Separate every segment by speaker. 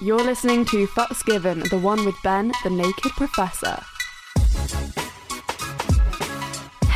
Speaker 1: You're listening to Fucks Given, the one with Ben, the naked professor.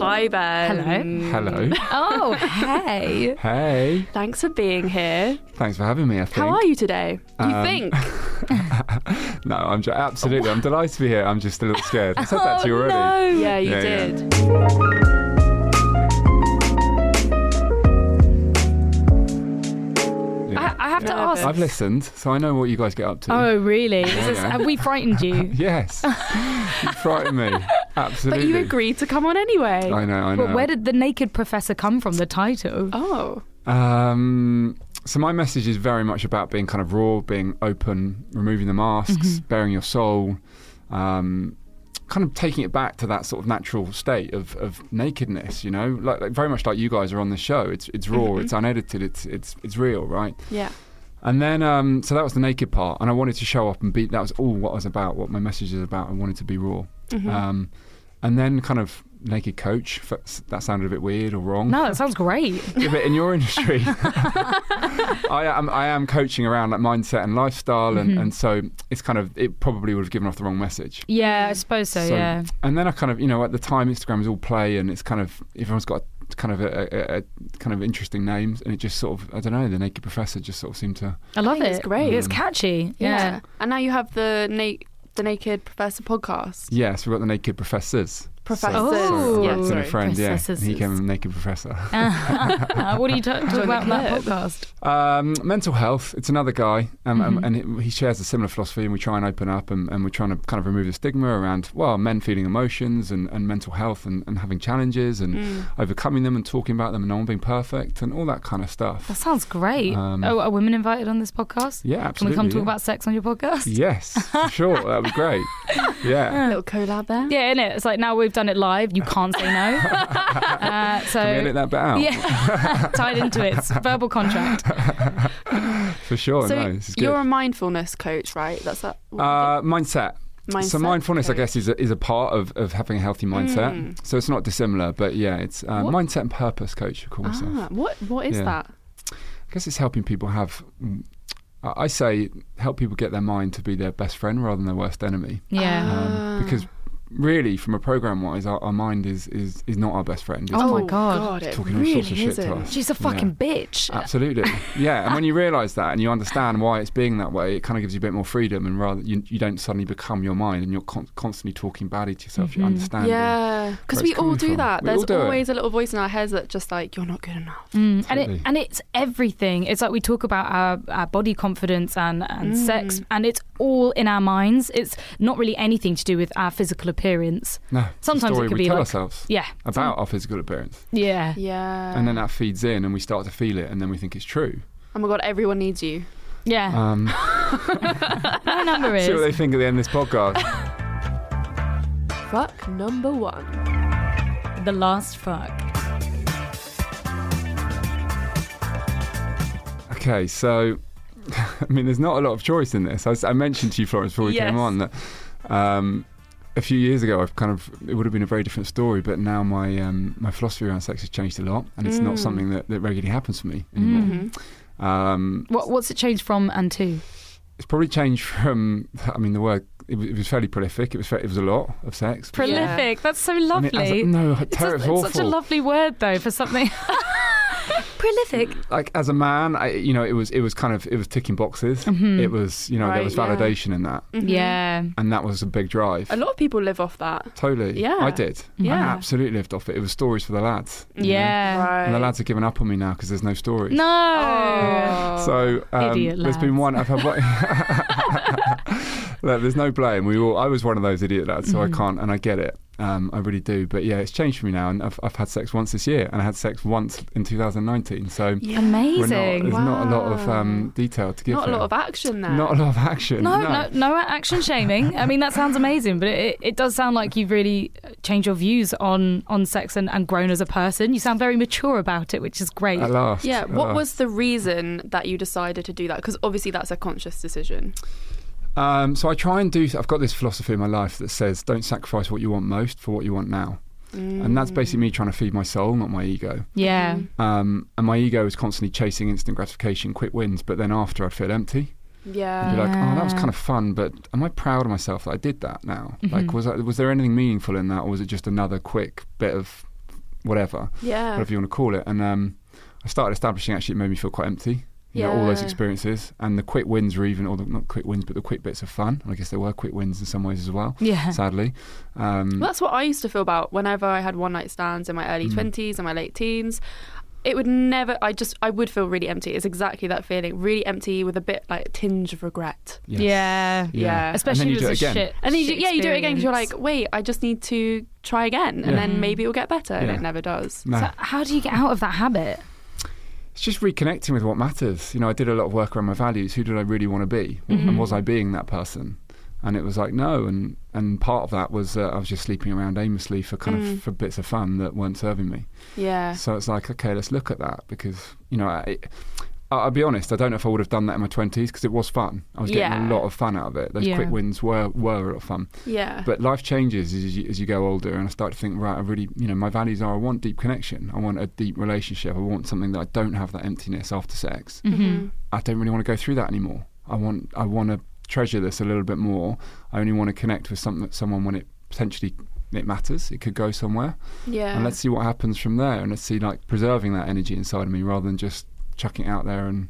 Speaker 1: Hi, Ben.
Speaker 2: Hello.
Speaker 3: Oh, hey.
Speaker 2: hey.
Speaker 1: Thanks for being here.
Speaker 2: Thanks for having me. I think.
Speaker 1: How are you today? You
Speaker 2: Um,
Speaker 1: think?
Speaker 2: No, I'm just, absolutely.
Speaker 1: Oh.
Speaker 2: I'm delighted to be here. I'm just a little scared. I said that to
Speaker 3: Oh,
Speaker 2: you already.
Speaker 1: Yeah, you
Speaker 2: Yeah, yeah.
Speaker 1: did.
Speaker 2: Yeah.
Speaker 3: I, I have to
Speaker 1: Yeah.
Speaker 3: ask.
Speaker 2: I've listened, so I know what you guys get up to.
Speaker 3: Oh, really? Is this-
Speaker 2: yeah.
Speaker 3: have we frightened you?
Speaker 2: Yes. you frightened me.
Speaker 1: But
Speaker 2: Absolutely.
Speaker 1: you agreed to come on anyway.
Speaker 2: I know. I know.
Speaker 3: But where did the naked professor come from? The title.
Speaker 1: Oh,
Speaker 2: Um, so my message is very much about being kind of raw, being open, removing the masks, bearing your soul, um, kind of taking it back to that sort of natural state of, of nakedness. You know, like, like very much like you guys are on the show. It's it's raw, it's unedited, it's it's it's real, right?
Speaker 1: yeah.
Speaker 2: And then um, so that was the naked part, and I wanted to show up and be. That was all what I was about, what my message is about. I wanted to be raw. Um, and then kind of naked coach. f- That sounded a bit weird or wrong.
Speaker 3: No, that sounds great.
Speaker 2: Yeah, but in your industry, I am I am coaching around like mindset and lifestyle, and,
Speaker 3: Mm-hmm.
Speaker 2: and so it's kind of it probably would have given off the wrong message.
Speaker 3: Yeah, I suppose so, yeah.
Speaker 2: And then I kind of you know at the time Instagram is all play, and it's kind of everyone's got kind of a, a, a kind of interesting names, and it just sort of I don't know the naked professor just sort of seemed to
Speaker 3: I love
Speaker 1: think
Speaker 3: it.
Speaker 1: it's great.
Speaker 3: It's catchy. Yeah.
Speaker 1: And now you have the na- the Naked Professor podcast.
Speaker 2: yeah. So we got the naked professors.
Speaker 1: Professors.
Speaker 2: So, so
Speaker 3: Oh.
Speaker 1: yeah,
Speaker 2: that's in a
Speaker 1: sorry.
Speaker 2: friend, yeah. And he
Speaker 3: Professors.
Speaker 2: came a naked professor.
Speaker 3: what are you ta- talking about in that podcast?
Speaker 2: Um, mental health. It's another guy, um, um, and it, he shares a similar philosophy. And we try and open up, and, and we're trying to kind of remove the stigma around well, men feeling emotions and, and mental health, and, and having challenges, and
Speaker 1: Mm.
Speaker 2: overcoming them, and talking about them, and no one being perfect, and all that kind of
Speaker 3: That
Speaker 2: stuff.
Speaker 3: sounds great.
Speaker 2: Um,
Speaker 3: oh, are women invited on this podcast?
Speaker 2: Yeah,
Speaker 3: Can we
Speaker 2: absolutely.
Speaker 3: come
Speaker 2: yeah.
Speaker 3: talk about sex on your podcast?
Speaker 2: Yes, sure. That'd be great. Yeah.
Speaker 1: Little collab there.
Speaker 3: Yeah, innit? It's like now we've done it live, you can't say no. uh, so
Speaker 2: Can we edit that bit out?
Speaker 3: yeah, tied into it. It's verbal contract.
Speaker 2: For sure.
Speaker 1: So
Speaker 2: no, this is Oh, good.
Speaker 1: you're a mindfulness coach, right? That's that. what you
Speaker 2: Uh, mindset.
Speaker 1: Mindset,
Speaker 2: So mindfulness,
Speaker 1: okay.
Speaker 2: I guess, is a, is a part of, of having a healthy mindset. So it's not dissimilar, but yeah, it's uh,
Speaker 1: What-
Speaker 2: mindset and purpose coach. I call
Speaker 1: do.
Speaker 2: myself.
Speaker 1: Ah, what what is
Speaker 2: Yeah.
Speaker 1: that?
Speaker 2: I guess it's helping people have. mm, I I say help people get their mind to be their best friend rather than their worst enemy.
Speaker 3: Yeah.
Speaker 2: Um,
Speaker 1: Ah.
Speaker 2: Because really, from a program wise, our, our mind is, is is not our best friend. It's
Speaker 3: Oh my God.
Speaker 1: it
Speaker 2: talking all
Speaker 1: really
Speaker 2: sorts of shit
Speaker 1: isn't.
Speaker 2: to us.
Speaker 3: She's a
Speaker 2: Uh, Yeah.
Speaker 3: fucking bitch.
Speaker 2: Absolutely, yeah. And when you realise that and you understand why it's being that way, it kind of gives you a bit more freedom, and rather you, you don't suddenly become your mind, and you're con- constantly talking badly to yourself.
Speaker 3: Mm-hmm.
Speaker 2: You understand.
Speaker 1: Yeah, because
Speaker 2: it's
Speaker 1: we all
Speaker 2: coming
Speaker 1: do
Speaker 2: from.
Speaker 1: that.
Speaker 2: We all
Speaker 1: There's
Speaker 2: do it.
Speaker 1: always a little voice in our heads that just like you're not good enough.
Speaker 3: Mm, and it
Speaker 2: Totally.
Speaker 3: and it's everything. It's like we talk about our, our body confidence and, and sex, and it's all in our minds. It's not really anything to do with our physical appearance.
Speaker 2: No. it's a
Speaker 3: Sometimes it
Speaker 2: story
Speaker 3: could
Speaker 2: we
Speaker 3: be
Speaker 2: tell
Speaker 3: like-
Speaker 2: ourselves
Speaker 3: Yeah.
Speaker 2: about our physical appearance,
Speaker 3: Yeah.
Speaker 1: Yeah.
Speaker 2: and then that feeds in, and we start to feel it, and then we think it's true.
Speaker 1: oh my god, everyone needs you.
Speaker 3: Yeah.
Speaker 2: Um,
Speaker 3: Our number
Speaker 2: see
Speaker 3: is.
Speaker 2: what they think at the end of this podcast.
Speaker 1: Fuck number one.
Speaker 3: The last fuck.
Speaker 2: okay, so I mean, there's not a lot of choice in this. I, s- I mentioned to you, Florence, before we
Speaker 1: Yes.
Speaker 2: came on that um, a few years ago, I've kind of it would have been a very different story, but now my um, my philosophy around sex has changed a lot, and it's
Speaker 1: Mm.
Speaker 2: not something that, that regularly happens for me anymore.
Speaker 1: Mhm.
Speaker 3: Mm.
Speaker 2: Um,
Speaker 3: What, what's it changed from and to?
Speaker 2: it's probably changed from. I mean, the word it was, it was fairly prolific. It was fa- it was a lot of sex.
Speaker 3: Prolific. That's so
Speaker 2: I
Speaker 3: lovely.
Speaker 2: mean, as a- no,
Speaker 3: It's
Speaker 2: ter-
Speaker 3: such-
Speaker 2: it's
Speaker 3: it's
Speaker 2: awful.
Speaker 3: such a lovely word, though, for something. Prolific.
Speaker 2: like as a man, I, you know, it was it was kind of it was ticking boxes.
Speaker 3: Mhm.
Speaker 2: It was you know
Speaker 1: Right,
Speaker 2: there was
Speaker 1: yeah.
Speaker 2: validation in that,
Speaker 1: Mhm.
Speaker 3: Yeah.
Speaker 2: and that was a big drive.
Speaker 1: A lot of people live off that.
Speaker 2: Totally.
Speaker 1: Yeah.
Speaker 2: I did.
Speaker 1: Yeah. Mm-hmm.
Speaker 2: I absolutely lived off it. It was stories for the lads. you know?
Speaker 3: Yeah.
Speaker 1: Right.
Speaker 2: And the lads have given up on me now because there's no stories.
Speaker 3: No.
Speaker 1: Oh.
Speaker 2: So um,
Speaker 3: Idiot
Speaker 2: there's been
Speaker 3: lads.
Speaker 2: one. I've had one. Look, there's no blame. We all. I was one of those idiot lads, so
Speaker 1: Mm-hmm.
Speaker 2: I can't, and I get it. Um, I really do. But yeah, it's changed for me now, and I've, I've had sex once this year, and I had sex once in 2019. So
Speaker 1: Oh.
Speaker 2: we're not,
Speaker 3: Amazing.
Speaker 2: there's not a lot of
Speaker 1: Wow.
Speaker 2: um, detail to give.
Speaker 1: Not a
Speaker 2: here.
Speaker 1: lot of action there.
Speaker 2: Not a lot of action.
Speaker 3: No, no, no action shaming. I mean, that sounds amazing, but it, it does sound like you've really changed your views on, on sex and, and grown as a person. You sound very mature about it, which is great.
Speaker 2: At last.
Speaker 1: yeah,
Speaker 2: at
Speaker 1: what
Speaker 2: last.
Speaker 1: was the reason that you decided to do that? Because obviously that's a conscious decision.
Speaker 2: Um, so I try and do. I've got this philosophy in my life that says, "Don't sacrifice what you want most for what you want now," and that's basically me trying to feed my soul, not my ego.
Speaker 3: Yeah.
Speaker 1: Mm-hmm.
Speaker 2: Um, and my ego is constantly chasing instant gratification, quick wins, but then after I'd feel empty. I'd
Speaker 1: Yeah.
Speaker 2: be like, "Oh, that was
Speaker 3: Yeah.
Speaker 2: kind of fun, but am I proud of myself that I did that now? Like, was I, was there anything meaningful in that, or was it just another quick bit of whatever?"
Speaker 1: Yeah.
Speaker 2: whatever you want to call it. And um, I started establishing actually it made me feel quite empty. You know, all those
Speaker 1: Yeah.
Speaker 2: experiences and the quick wins were even, or the, not quick wins, but the quick bits of fun. I guess there were quick wins in some ways as well.
Speaker 3: Yeah.
Speaker 2: Sadly, um,
Speaker 1: Well, that's what I used to feel about whenever I had one night stands in my early
Speaker 2: Mm.
Speaker 1: 20s and my late teens. It would never, I just, I would feel really empty. It's exactly that feeling, really empty with a bit like tinge of regret.
Speaker 2: yes.
Speaker 3: Yeah.
Speaker 1: Yeah.
Speaker 2: And then
Speaker 3: Especially
Speaker 2: you
Speaker 3: if
Speaker 2: do
Speaker 3: it's
Speaker 2: it
Speaker 3: a
Speaker 2: again.
Speaker 3: shit.
Speaker 1: And then you do,
Speaker 3: shit
Speaker 1: yeah, you do it again because you're
Speaker 3: experience. Mm.
Speaker 1: like, wait, I just need to try again,
Speaker 2: Yeah.
Speaker 1: and then maybe it'll get better, and
Speaker 2: Yeah.
Speaker 1: it never does.
Speaker 2: No,
Speaker 3: So how do you get out of that habit?
Speaker 2: it's just reconnecting with what matters. You know, I did a lot of work around my values. Who did I really want to be, and was I being that person? And it was like no, and and part of that was uh, I was just sleeping around aimlessly for kind
Speaker 1: Mm.
Speaker 2: of for bits of fun that weren't serving me.
Speaker 1: Yeah,
Speaker 2: So it's like, okay, let's look at that because you know, I, I- I'll be honest, I don't know if I would have done that in my twenties because it was fun. I was getting
Speaker 1: Yeah.
Speaker 2: a lot of fun out of it. Those
Speaker 3: Yeah.
Speaker 2: quick wins were were a lot of fun.
Speaker 1: yeah,
Speaker 2: But life changes as you, as you go older, and I start to think, right, I really, you know, my values are I want deep connection, I want a deep relationship, I want something that I don't have that emptiness after sex.
Speaker 3: Mm-hmm.
Speaker 1: Mhm.
Speaker 2: I don't really want to go through that anymore. I want I want to treasure this a little bit more. I only want to connect with some, someone when it potentially it matters. It could go somewhere
Speaker 1: yeah.
Speaker 2: and let's see what happens from there and let's see like preserving that energy inside of me rather than just chucking it out there and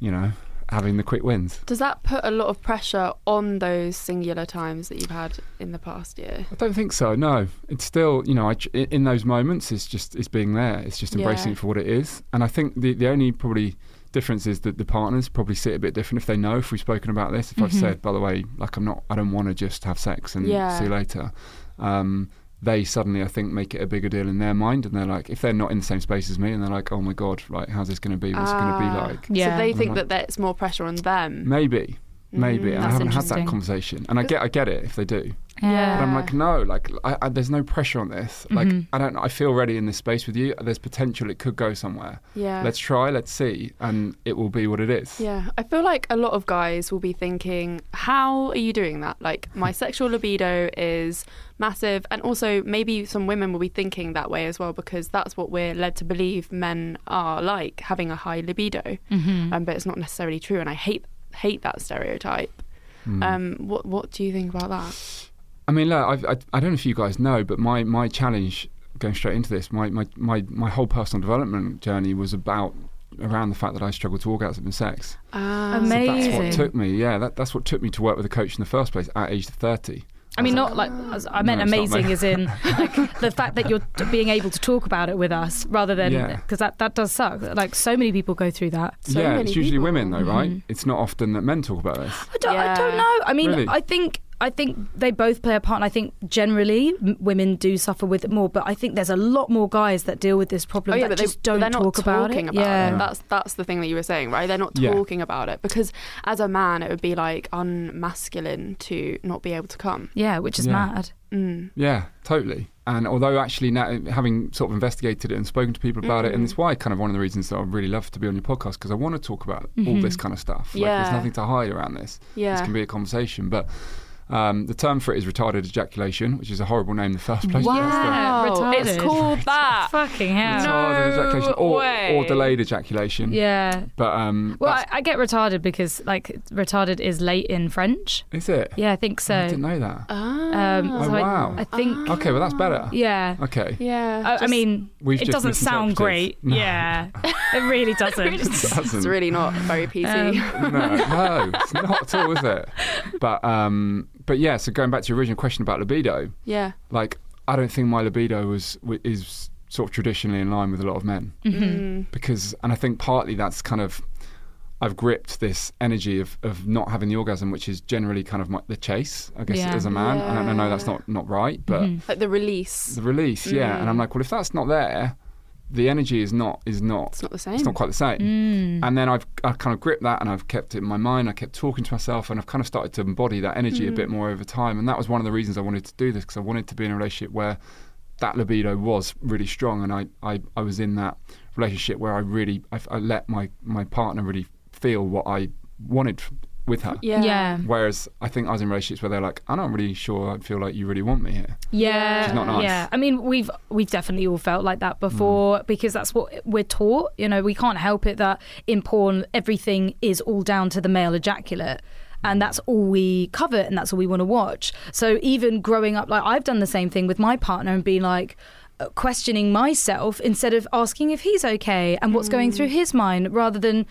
Speaker 2: you know having the quick wins
Speaker 1: does that put a lot of pressure on those singular times that you've had in the past year?
Speaker 2: i don't think so no it's still you know I, tr- i- in those moments it's just it's being there it's just embracing
Speaker 1: Yeah.
Speaker 2: it for what it is and i think the, the only probably difference is that the partners probably sit a bit different if they know if we've spoken about this if i've
Speaker 1: Mm-hmm.
Speaker 2: said by the way like i'm not i don't want to just have sex and
Speaker 1: Yeah.
Speaker 2: see you later um, they suddenly, I think, make it a bigger deal in their mind, and they're like, if they're not in the same space as me, and they're like, oh my god, right, how's this going to be? What's it going to
Speaker 1: Ah,
Speaker 2: be like? Mm-hmm.
Speaker 3: Yeah.
Speaker 1: So they
Speaker 2: I'm
Speaker 1: think
Speaker 2: like-
Speaker 1: that that's more pressure on them.
Speaker 2: Maybe, maybe.
Speaker 1: Mm,
Speaker 2: and I
Speaker 3: that's
Speaker 2: haven't had that
Speaker 3: interesting.
Speaker 2: conversation, and I get, I get it if they do, but
Speaker 1: Yeah.
Speaker 2: I'm like, no, like, I, I, there's no pressure on this. Like,
Speaker 1: Mm-hmm.
Speaker 2: I don't, I feel ready in this space with you. There's potential; it could go somewhere.
Speaker 1: Yeah.
Speaker 2: Let's try, let's see, and it will be what it is.
Speaker 1: Yeah, I feel like a lot of guys will be thinking, how are you doing that? Like, my
Speaker 2: Hmm.
Speaker 1: sexual libido is massive. And also, maybe some women will be thinking that way as well, because that's what we're led to believe men are like, having a high libido. Um, but it's not necessarily true. And I hate hate that stereotype.
Speaker 2: Hmm.
Speaker 1: Um, what, what do you think about that?
Speaker 2: I mean, look, I've, I, I don't know if you guys know, but my, my challenge going straight into this, my, my, my, my whole personal development journey was about around the fact that I struggled to orgasm in sex.
Speaker 1: Um,
Speaker 3: Amazing.
Speaker 2: That's what took me, yeah, that, that's what took me to work with a coach in the first place at age 30.
Speaker 3: I mean, not like as- I meant
Speaker 2: No, it's not
Speaker 3: amazing,
Speaker 2: amazing.
Speaker 3: as in like the fact that you're t- being able to talk about it with us, rather than
Speaker 2: Yeah. Mm.
Speaker 3: because that that does suck. Like so many people go through that.
Speaker 1: so
Speaker 2: yeah,
Speaker 1: many
Speaker 2: it's usually
Speaker 1: people. Mm-hmm.
Speaker 2: women though, right? It's not often that men talk about this.
Speaker 3: I don't, I don't
Speaker 1: Yeah.
Speaker 3: know. I mean,
Speaker 2: Really?
Speaker 3: I think I think they both play a part, and I think generally m- women do suffer with it more. But I think there's a lot more guys that deal with this
Speaker 1: Oh,
Speaker 3: problem that just don't
Speaker 1: they're
Speaker 3: talk
Speaker 1: not
Speaker 3: about
Speaker 1: talking
Speaker 3: it.
Speaker 1: about
Speaker 3: yeah.
Speaker 1: it. That's that's the thing that you were saying, right? They're not
Speaker 2: Yeah.
Speaker 1: talking about it because as a man, it would be like unmasculine to not be able to come.
Speaker 3: yeah, which is
Speaker 2: Yeah.
Speaker 3: mad.
Speaker 1: Mm.
Speaker 2: Yeah, totally. And although actually now having sort of investigated it and spoken to people about it, and
Speaker 1: Mm-hmm.
Speaker 2: it's why kind of one of the reasons that I really love to be on your podcast because I want to talk about all this kind of stuff. Like
Speaker 1: Mm-hmm. Yeah.
Speaker 2: there's nothing to hide around this. This
Speaker 1: Yeah.
Speaker 2: can be a conversation, but. Um, the term for it is retarded ejaculation, which is a horrible name in the first place. but that's the-
Speaker 1: Wow,
Speaker 3: Yeah,
Speaker 1: it's
Speaker 3: retarded.
Speaker 1: called that.
Speaker 3: Fucking hell.
Speaker 1: No.
Speaker 2: Retarded ejaculation or,
Speaker 1: way.
Speaker 2: or delayed ejaculation.
Speaker 3: Yeah.
Speaker 2: But um,
Speaker 3: Well, I,
Speaker 2: that's-
Speaker 3: I get retarded because like retarded is late in French.
Speaker 2: is it?
Speaker 3: Yeah, I think so.
Speaker 2: I didn't know that.
Speaker 1: Ah.
Speaker 3: Um,
Speaker 2: Oh,
Speaker 3: so I-
Speaker 2: wow.
Speaker 3: I, think.
Speaker 2: Okay, well that's better.
Speaker 3: Ah. Yeah.
Speaker 2: Okay.
Speaker 1: yeah.
Speaker 3: I, I
Speaker 1: just-
Speaker 3: mean,
Speaker 2: We've
Speaker 3: it
Speaker 2: just
Speaker 3: doesn't sound great.
Speaker 2: misinterpreted. No.
Speaker 3: Yeah, it really doesn't.
Speaker 1: it's
Speaker 2: Doesn't-
Speaker 1: really not very PC.
Speaker 2: no, no, it's not at all, is it? But um, but yeah. So going back to your original question about libido,
Speaker 1: yeah.
Speaker 2: like I don't think my libido was w- is
Speaker 3: Mm-hmm.
Speaker 2: sort of traditionally in line with a lot of men
Speaker 1: Mm.
Speaker 2: because, and I think partly that's kind of. I've gripped this energy of, of not having the orgasm, which is generally kind of my, the chase, I guess,
Speaker 3: Yeah.
Speaker 2: as a man. And I don't know that's not, not right, but
Speaker 1: Like the release.
Speaker 2: the release, yeah. And
Speaker 1: Mm-hmm.
Speaker 2: I'm
Speaker 1: Mm.
Speaker 2: like, well, if that's not there, the energy is not is not
Speaker 1: It's not the same.
Speaker 2: it's not quite the same.
Speaker 3: Mm.
Speaker 2: And then I've I kind of gripped that and I've kept it in my mind. I kept talking to myself and I've kind of started to embody that energy a
Speaker 1: Mhm.
Speaker 2: bit more over time. And that was one of the reasons I wanted to do this because I wanted to be in a relationship where that libido was really strong and I, I, I was in that relationship where I really I, I let my, my partner really feel what I wanted f- with her.
Speaker 1: yeah.
Speaker 3: Yeah.
Speaker 2: Whereas I think I was in relationships where they're like, I'm not really sure I feel like you really want me here.
Speaker 3: Yeah,
Speaker 1: Which is
Speaker 2: not nice.
Speaker 3: yeah. I mean, we've we've definitely all felt like that before
Speaker 1: Mm.
Speaker 3: because that's what we're taught. You know, we can't help it that in porn everything is all down to the male ejaculate. And
Speaker 1: Mm.
Speaker 3: that's all we cover, and that's all we want to watch. So even growing up, like I've done the same thing with my partner and being like uh, questioning myself instead of asking if he's okay and what's going
Speaker 1: Mm.
Speaker 3: through his mind, rather than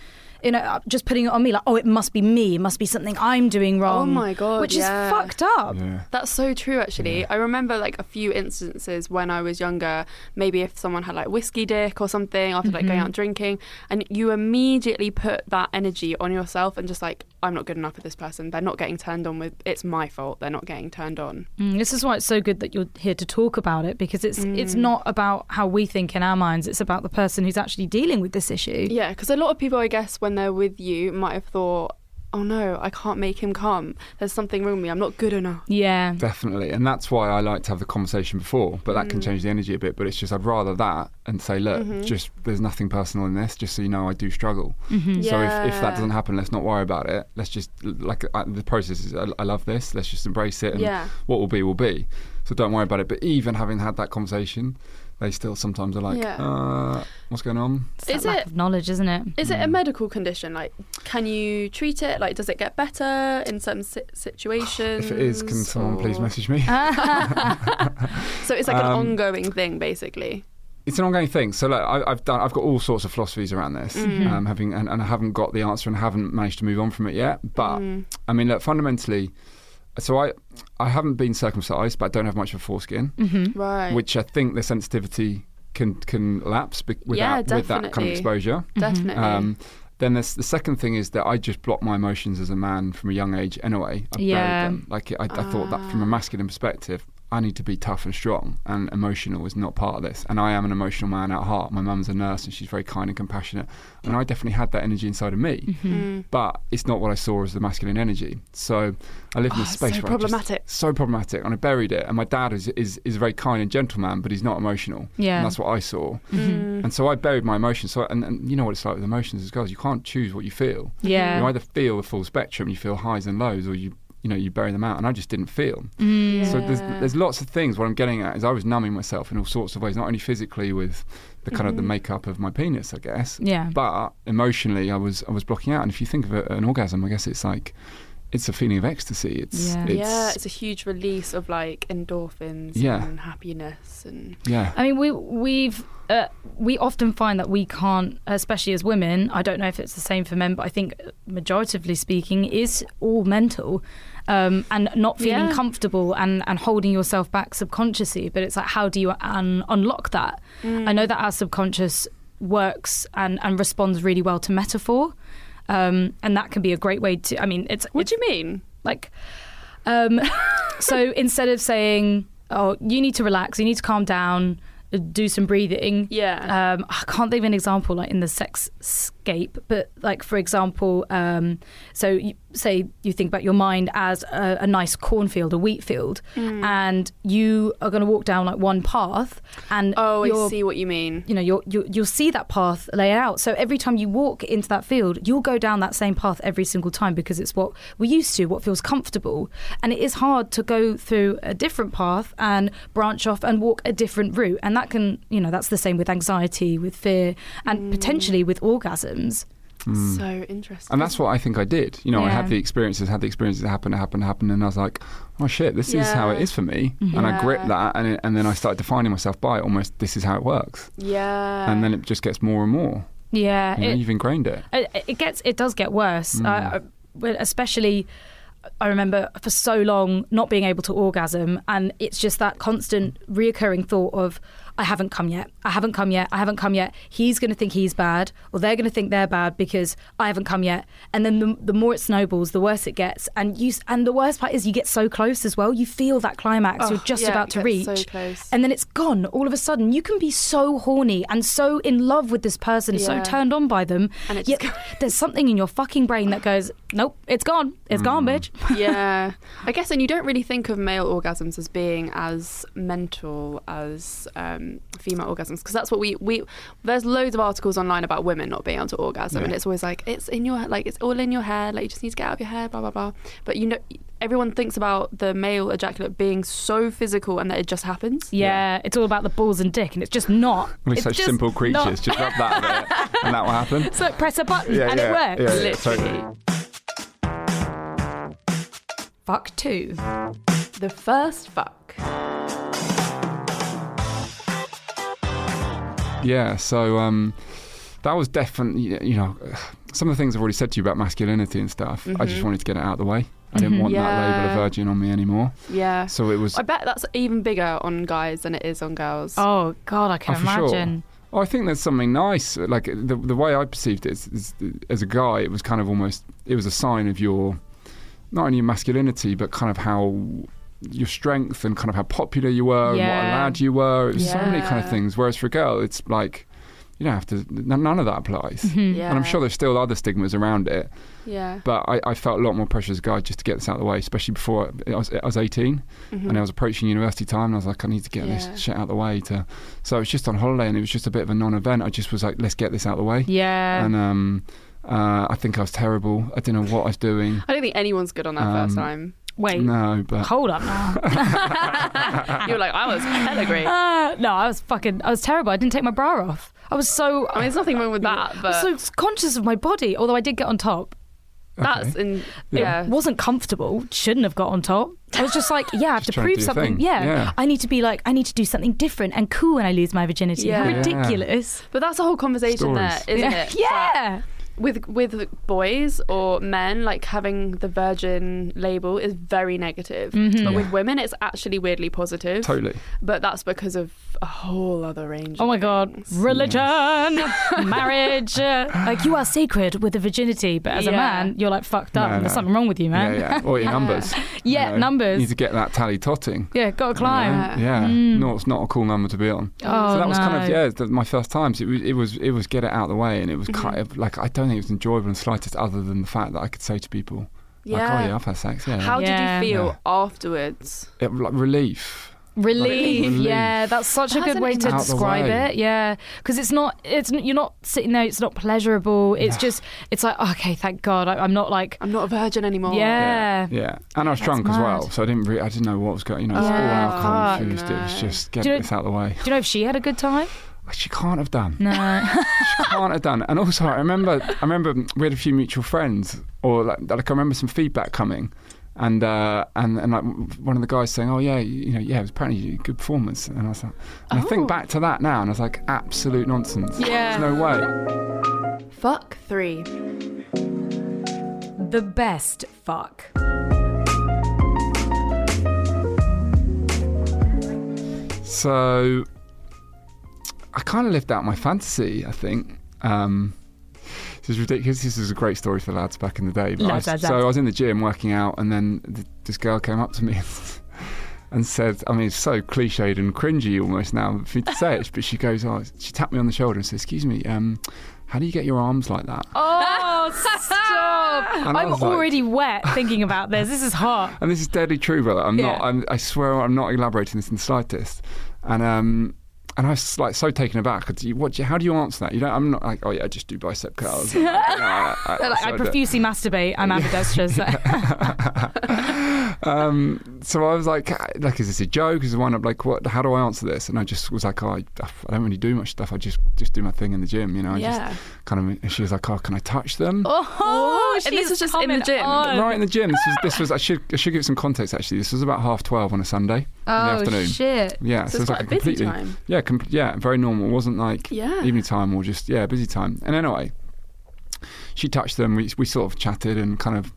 Speaker 3: you know uh, just putting it on me like, oh, it must be me, it must be something I'm doing wrong.
Speaker 1: Oh my God,
Speaker 3: which
Speaker 1: yeah.
Speaker 3: is fucked up.
Speaker 2: Yeah.
Speaker 1: That's so true, actually. I remember like a few instances when I was younger, maybe if someone had like whiskey dick or something after like going out drinking, and you immediately put that energy on yourself and just like, I'm not good enough with this person. They're not getting turned on with, it's my fault. They're not getting turned on.
Speaker 3: Mm, this is why it's so good that you're here to talk about it because it's
Speaker 1: Mm.
Speaker 3: it's not about how we think in our minds. It's about the person who's actually dealing with this issue.
Speaker 1: Yeah, because a lot of people, I guess, when they're with you, might have thought, oh no, I can't make him come. There's something wrong with me. I'm not good enough.
Speaker 3: Yeah.
Speaker 2: Definitely, and that's why I like to have the conversation before, but that can
Speaker 1: Mm.
Speaker 2: change the energy a bit. But it's just I'd rather that and say, look,
Speaker 1: Mm-hmm.
Speaker 2: just there's nothing personal in this. Just so you know, I do struggle.
Speaker 3: Mm-hmm.
Speaker 2: So if, if
Speaker 1: Yeah.
Speaker 2: that doesn't happen, let's not worry about it. Let's just like I, the process is. I, I love this. Let's just embrace it. And
Speaker 1: Yeah.
Speaker 2: what will be will be. So don't worry about it. But even having had that conversation, they still sometimes are like,
Speaker 1: Yeah.
Speaker 2: uh, what's going on?
Speaker 3: It's that
Speaker 1: Is
Speaker 3: lack
Speaker 1: it-
Speaker 3: of knowledge, isn't it?
Speaker 1: Is
Speaker 2: Hmm.
Speaker 1: it a medical condition? Like, can you treat it? Like, does it get better in certain si- situations?
Speaker 2: If it is, can someone please
Speaker 1: or-
Speaker 2: message me?
Speaker 1: So it's like an
Speaker 2: Um,
Speaker 1: ongoing thing, basically.
Speaker 2: it's an ongoing thing. So like, I, I've done, I've got all sorts of philosophies around this,
Speaker 1: Mm.
Speaker 2: um, having and, and I haven't got the answer and haven't managed to move on from it yet. But
Speaker 1: Mm. Hmm.
Speaker 2: I mean, look, fundamentally, so I, I haven't been circumcised, but I don't have much of a foreskin,
Speaker 3: Mm-hmm.
Speaker 1: Right.
Speaker 2: which I think the sensitivity can can lapse be- with,
Speaker 1: Yeah,
Speaker 2: that, with that kind
Speaker 1: definitely.
Speaker 2: of exposure.
Speaker 1: Definitely.
Speaker 2: Um, then there's, the second thing is that I just block my emotions as a man from a young age anyway. I
Speaker 3: Yeah.
Speaker 2: buried them. Like I, I thought that from a masculine perspective, I need to be tough and strong, and emotional is not part of this. And I am an emotional man at heart. My mum's a nurse, and she's very kind and compassionate, and I definitely had that energy inside of me.
Speaker 3: Mm.
Speaker 1: Hmm.
Speaker 3: Mm-hmm.
Speaker 2: But it's not what I saw as the masculine energy. So I lived in
Speaker 1: Oh,
Speaker 2: a space
Speaker 1: so
Speaker 2: where I just-
Speaker 1: problematic.
Speaker 2: so problematic, and I buried it. And my dad is is, is a very kind and gentle man, but he's not emotional.
Speaker 3: Yeah.
Speaker 2: and that's what I saw.
Speaker 1: Hmm. Mm-hmm.
Speaker 2: And so I buried my emotions. So and, and you know what it's like with emotions as girls, you can't choose what you feel.
Speaker 1: Mm.
Speaker 3: Yeah.
Speaker 2: You either feel the full spectrum, you feel highs and lows, or you you know you bury them out. And I just didn't feel.
Speaker 3: Mm.
Speaker 2: So there's
Speaker 1: Yeah.
Speaker 2: there's lots of things. What I'm getting at is I was numbing myself in all sorts of ways, not only physically with the kind of the makeup of my penis, I guess,
Speaker 3: Yeah.
Speaker 2: but emotionally I was I was blocking out. And if you think of a, an orgasm, I guess it's like it's a feeling of ecstasy. It's
Speaker 3: Yeah.
Speaker 2: it's
Speaker 1: yeah, it's a huge release of like endorphins
Speaker 2: Yeah.
Speaker 1: and happiness and
Speaker 2: yeah.
Speaker 3: I mean, we we've uh, we often find that we can't, especially as women. I don't know if it's the same for men, but I think, uh, majoritively speaking, is all mental, um, and not feeling
Speaker 1: Yeah.
Speaker 3: comfortable and and holding yourself back subconsciously. But it's like, how do you un- unlock that? I
Speaker 1: Mm.
Speaker 3: know that our subconscious works and and responds really well to metaphor. Um, and that can be a great way to. I mean, it's
Speaker 1: what do you mean?
Speaker 3: like, um, so instead of saying, "Oh, you need to relax, you need to calm down, do some breathing,"
Speaker 1: Yeah.
Speaker 3: um, I can't think of an example like in the sex scape, but like for example, um, so you, say you think about your mind as a, a nice cornfield, a wheat field,
Speaker 1: Mm.
Speaker 3: and you are going to walk down like one path, and
Speaker 1: oh, I
Speaker 3: your-
Speaker 1: see what you mean.
Speaker 3: You know, you'll, you'll you'll see that path laid out. So every time you walk into that field, you'll go down that same path every single time because it's what we're used to, what feels comfortable. And it is hard to go through a different path and branch off and walk a different route. And that can, you know, that's the same with anxiety, with fear, and potentially with orgasms.
Speaker 2: Mm.
Speaker 1: So interesting.
Speaker 2: Hmm. And that's what I think I did. You know, I
Speaker 3: Yeah.
Speaker 2: had the experiences, had the experiences happen, happen, happen, and I was like, oh shit, this is how it
Speaker 1: Yeah.
Speaker 2: is for me. And I gripped
Speaker 1: Yeah.
Speaker 2: that, and, it, and then I started defining myself by it, almost this is how it works.
Speaker 1: yeah.
Speaker 2: And then it just gets more and more.
Speaker 3: Yeah,
Speaker 2: You know,
Speaker 3: it-
Speaker 2: you've ingrained it.
Speaker 3: Uh, it it gets it does get worse
Speaker 1: Mm.
Speaker 3: uh, but especially I remember for so long not being able to orgasm, and it's just that constant reoccurring thought of, I haven't come yet. I haven't come yet. I haven't come yet. He's going to think he's bad, or they're going to think they're bad because I haven't come yet. And then the, the more it snowballs, the worse it gets. And you s- and the worst part is you get so close as well. You feel that climax you're
Speaker 1: Oh,
Speaker 3: just
Speaker 1: yeah,
Speaker 3: about
Speaker 1: it
Speaker 3: to reach,
Speaker 1: gets so close.
Speaker 3: and then it's gone all of a sudden. You can be so horny and so in love with this person, so
Speaker 1: Yeah.
Speaker 3: turned on by them,
Speaker 1: And it
Speaker 3: yet
Speaker 1: just goes-
Speaker 3: there's something in your fucking brain that goes, nope, it's gone, it's gone,
Speaker 2: Mm.
Speaker 3: bitch.
Speaker 1: yeah, I guess, and you don't really think of male orgasms as being as mental as um, female orgasms because that's what we we. There's loads of articles online about women not being able to orgasm, and
Speaker 2: Yeah.
Speaker 1: it's always like it's in your like it's all in your head, like you just need to get out of your head, blah blah blah. But you know, everyone thinks about the male ejaculate being so physical and that it just happens.
Speaker 3: Yeah, it's all about the balls and dick, and it's just not.
Speaker 2: We're
Speaker 3: it's
Speaker 2: such
Speaker 3: just
Speaker 2: simple
Speaker 3: not.
Speaker 2: creatures. Just rub that there, and that will happen.
Speaker 3: So press a button and it works.
Speaker 1: yeah, Literally.
Speaker 2: totally.
Speaker 3: Fuck two.
Speaker 1: The first fuck.
Speaker 2: Yeah, so um, that was definitely, you know, some of the things I've already said to you about masculinity and stuff. I just
Speaker 3: Mm-hmm.
Speaker 1: Mhm.
Speaker 2: wanted to get it out of the way. I didn't
Speaker 3: Mhm.
Speaker 2: want that
Speaker 1: Yeah.
Speaker 2: label of virgin on me anymore.
Speaker 1: Yeah.
Speaker 2: So it was.
Speaker 1: I bet that's even bigger on guys than it is on girls.
Speaker 3: Oh God, I can
Speaker 2: Oh, for sure.
Speaker 3: imagine.
Speaker 2: Oh, I think there's something nice. Like the the way I perceived it is, is, as a guy, it was kind of almost it was a sign of your not only your masculinity, but kind of how your strength and kind of how popular you were and what
Speaker 3: Yeah.
Speaker 2: a lad you were. It was so many kind of
Speaker 1: Yeah.
Speaker 2: things. Whereas for a girl, it's like you don't have to. N- none of that applies.
Speaker 3: Mhm.
Speaker 1: Mm-hmm. yeah.
Speaker 2: And I'm sure there's still other stigmas around it,
Speaker 1: Yeah.
Speaker 2: but I, I felt a lot more pressure as a guy just to get this out of the way, especially before I was, I was 18
Speaker 3: Mm-hmm.
Speaker 1: Mhm.
Speaker 2: and I was approaching university time and I was like, I need to get
Speaker 1: Yeah.
Speaker 2: this shit out of the way. To so it was just on holiday and it was just a bit of a non-event. I just was like, let's get this out of the way.
Speaker 3: Yeah.
Speaker 2: And um, uh, I think I was terrible. I didn't know what I was doing.
Speaker 1: I don't think anyone's good on that first
Speaker 2: Um,
Speaker 1: time.
Speaker 3: Wait.
Speaker 2: No, but
Speaker 3: Hold up now.
Speaker 1: you were like, I was hella great. I
Speaker 3: Uh, no, I was fucking. I was terrible. I didn't take my bra off. I was so.
Speaker 1: mean, there's nothing wrong with that, but
Speaker 3: I was so conscious of my body. Although I did get on top.
Speaker 1: that's in yeah.
Speaker 2: Yeah.
Speaker 3: Uh, wasn't comfortable, shouldn't have got on top. I was just like, yeah, I have
Speaker 2: Just
Speaker 3: to
Speaker 2: trying to
Speaker 3: prove
Speaker 2: do your
Speaker 3: something.
Speaker 2: thing.
Speaker 3: Yeah.
Speaker 2: Yeah.
Speaker 3: I need to be like, I need to do something different and cool when I lose my virginity. How
Speaker 1: Yeah.
Speaker 3: ridiculous.
Speaker 1: But that's a whole conversation there,
Speaker 2: Stories.
Speaker 1: isn't
Speaker 3: yeah.
Speaker 1: it? That
Speaker 3: Yeah.
Speaker 1: With with boys or men, like having the virgin label is very negative.
Speaker 3: Mm. Mm-hmm.
Speaker 1: But
Speaker 2: Yeah.
Speaker 1: with women, it's actually weirdly positive.
Speaker 2: totally.
Speaker 1: But that's because of a whole other range.
Speaker 3: Oh
Speaker 1: of
Speaker 3: my god,
Speaker 1: things.
Speaker 3: religion, marriage. uh, Like you are sacred with a virginity, but as a
Speaker 1: Yeah.
Speaker 3: man, you're like fucked up.
Speaker 2: No,
Speaker 3: There's
Speaker 2: no.
Speaker 3: something wrong with you, man.
Speaker 2: Yeah, yeah. Or your
Speaker 1: Yeah.
Speaker 2: numbers.
Speaker 3: Yeah, numbers.
Speaker 2: You need to get that tally totting.
Speaker 3: Yeah, gotta climb.
Speaker 1: Yeah.
Speaker 2: Yeah,
Speaker 3: Mm.
Speaker 2: no, it's not a cool number to be on.
Speaker 3: Oh,
Speaker 2: so that was kind
Speaker 3: no.
Speaker 2: of yeah, it's the- my first time. So it was it was it was get it out of the way, and it
Speaker 3: Mm-hmm.
Speaker 2: was kind
Speaker 1: Mhm.
Speaker 2: of like I don't think it was enjoyable in the slightest, other than the fact that I could say to people, like, oh yeah, I've had sex, yeah,
Speaker 1: How
Speaker 3: Yeah.
Speaker 1: did you feel
Speaker 2: Yeah.
Speaker 1: afterwards?
Speaker 2: it, like relief.
Speaker 3: Relief.
Speaker 2: Relief.
Speaker 3: Yeah, that's such
Speaker 1: That's
Speaker 3: a good
Speaker 1: an
Speaker 3: way to
Speaker 1: interesting-
Speaker 2: Out the
Speaker 3: describe
Speaker 2: way.
Speaker 3: it. Yeah, because it's not. It's n- you're not sitting there. It's not pleasurable. It's
Speaker 2: Yeah.
Speaker 3: just. It's like okay, thank God, I, I'm not like.
Speaker 1: I'm not a virgin anymore.
Speaker 3: Yeah.
Speaker 2: Yeah, and I was
Speaker 3: That's
Speaker 2: drunk as well,
Speaker 3: mad.
Speaker 2: so I didn't really, I didn't know what was going. You know, it was all
Speaker 3: Yeah, Oh,
Speaker 2: alcohol
Speaker 1: fuck.
Speaker 2: infused. It was just get
Speaker 3: Do you know-
Speaker 2: this out of the way.
Speaker 3: Do you know if she had a good time?
Speaker 2: She can't have done.
Speaker 3: No.
Speaker 2: She can't have done. And also, I remember, I remember we had a few mutual friends, or like, like I remember some feedback coming. And uh, and and like one of the guys saying, "Oh yeah, you know, yeah, it was apparently a good performance." And I was like, and I
Speaker 1: Oh.
Speaker 2: think back to that now, and I was like, absolute nonsense.
Speaker 3: Yeah.
Speaker 2: There's no way.
Speaker 1: Fuck three.
Speaker 3: the best fuck.
Speaker 2: So I kind of lived out my fantasy. I think um, this is ridiculous. This is a great story for lads back in the day. But I
Speaker 3: Lads,
Speaker 2: was-
Speaker 3: lads,
Speaker 2: so
Speaker 3: lads.
Speaker 2: I was in the gym working out, and then th- this girl came up to me. And said, I mean, it's so cliched and cringy almost now for me to say it, but she goes, oh, she tapped me on the shoulder and said, Excuse me, um, how do you get your arms like that?
Speaker 3: Oh, stop!
Speaker 2: And I
Speaker 3: I'm
Speaker 2: was like-
Speaker 3: already wet thinking about this. This is hot.
Speaker 2: and this is deadly true, brother. I'm not.
Speaker 3: Yeah.
Speaker 2: I'm, I swear, I'm not elaborating this in the slightest. And um, and I was like so taken aback. 'cause you- What? do you- How do you answer that? You know, I'm not like, oh yeah, I just do bicep curls. And, like, no, I, I-
Speaker 3: Like,
Speaker 2: so
Speaker 3: I
Speaker 2: do-
Speaker 3: profusely masturbate. I'm ambidextrous.
Speaker 2: um, so I was like, like, is this a joke? Is the one up? Like, what? How do I answer this? And I just was like, oh, I, I don't really do much stuff. I just just do my thing in the gym. You know, I
Speaker 1: Yeah.
Speaker 2: just kind of. And she was like, oh, can I touch them?
Speaker 3: Oh,
Speaker 1: And this
Speaker 3: she's
Speaker 1: was just in the
Speaker 3: coming
Speaker 1: gym?
Speaker 3: on.
Speaker 2: Right in the gym. This was, this was. I should. I should give it some context. Actually, this was about half twelve on a Sunday in the afternoon.
Speaker 3: Oh, shit.
Speaker 2: Yeah,
Speaker 1: So it's
Speaker 2: so, it's
Speaker 1: quite
Speaker 2: like a
Speaker 1: a busy
Speaker 2: completely
Speaker 1: time.
Speaker 2: yeah, com- yeah, very normal. It wasn't like
Speaker 1: Yeah.
Speaker 2: evening time or just yeah, busy time. And anyway, she touched them. We we sort of chatted and kind of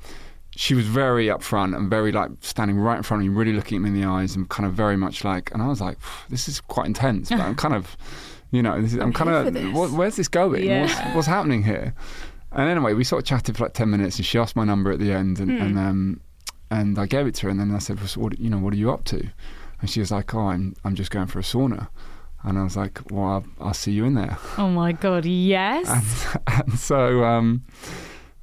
Speaker 2: she was very upfront and very like standing right in front of me, really looking at me in the eyes, and kind of very much like. And I was like, "This is quite intense," but I'm kind of, you know, this is, I'm,
Speaker 1: I'm here
Speaker 2: kind
Speaker 1: for
Speaker 2: of,
Speaker 1: this.
Speaker 2: what, where's this going?
Speaker 3: Yeah.
Speaker 2: What's, what's happening here? And anyway, we sort of chatted for like ten minutes, and she asked my number at the end, and and, um, and I gave it to her, and then I said, well, so "What, you know, what are you up to?" And she was like, "Oh, I'm I'm just going for a sauna," and I was like, "Well, I'll, I'll see you in there."
Speaker 3: Oh my god, yes.
Speaker 2: and so, um,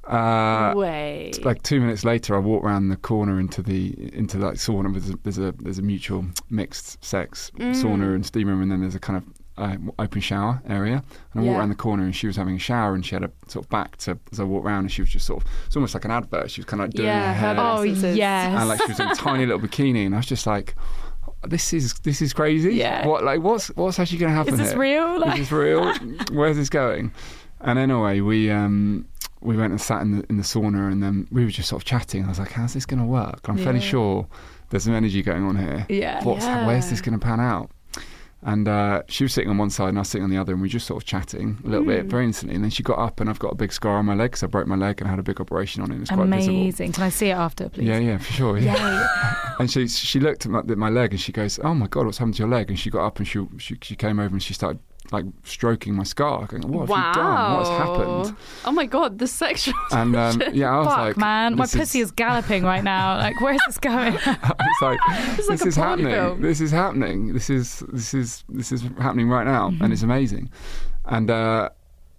Speaker 2: uh,
Speaker 1: Way.
Speaker 2: like two minutes later, I walk around the corner into the into that sauna. There's a there's a, there's a mutual mixed sex
Speaker 1: Mm.
Speaker 2: sauna and steam room, and then there's a kind of uh, open shower area. And I walk
Speaker 1: Yeah.
Speaker 2: around the corner, and she was having a shower, and she had a sort of back to as I walked around, and she was just sort of it's almost like an advert. She was kind of like doing
Speaker 1: Yeah,
Speaker 2: her hair,
Speaker 1: her
Speaker 3: Oh
Speaker 1: Essences.
Speaker 2: and
Speaker 3: yes.
Speaker 2: like she was in a tiny little bikini, and I was just like, this is this is crazy.
Speaker 1: Yeah.
Speaker 2: What like what's what's actually going to happen?
Speaker 1: is this
Speaker 2: here?
Speaker 1: real? Like,
Speaker 2: Is this real? Where's this going? And anyway, we um, we went and sat in the in the sauna, and then we were just sort of chatting. I was like, "How's this going to work?" I'm fairly
Speaker 3: Yeah.
Speaker 2: sure there's some energy going on here.
Speaker 3: Yeah.
Speaker 2: What's
Speaker 1: Yeah.
Speaker 2: where's this going to pan out? And uh, she was sitting on one side, and I was sitting on the other, and we were just sort of chatting a little
Speaker 3: Hmm.
Speaker 2: bit, very instantly. And then she got up, and I've got a big scar on my leg because I broke my leg and I had a big operation on it. And it's quite visible.
Speaker 3: Amazing. Can I see it after, please?
Speaker 2: Yeah, yeah, for sure. Yeah. and she she looked at my, at my leg and she goes, "Oh my god, what's happened to your leg?" And she got up and she she, she came over and she started like stroking my scar, going, "What have
Speaker 1: wow.
Speaker 2: you done? What's happened?"
Speaker 1: Oh my god, the sexual.
Speaker 2: And um, yeah, I was
Speaker 3: Fuck,
Speaker 2: like,
Speaker 3: man, my
Speaker 2: this
Speaker 3: pussy is galloping right now. Like, where's this going?
Speaker 2: It's like this,
Speaker 1: is like a
Speaker 2: is
Speaker 1: porn
Speaker 2: happening.
Speaker 1: film.
Speaker 2: This is happening. This is this is this is happening right now,
Speaker 3: Mm-hmm.
Speaker 2: and it's amazing. And uh,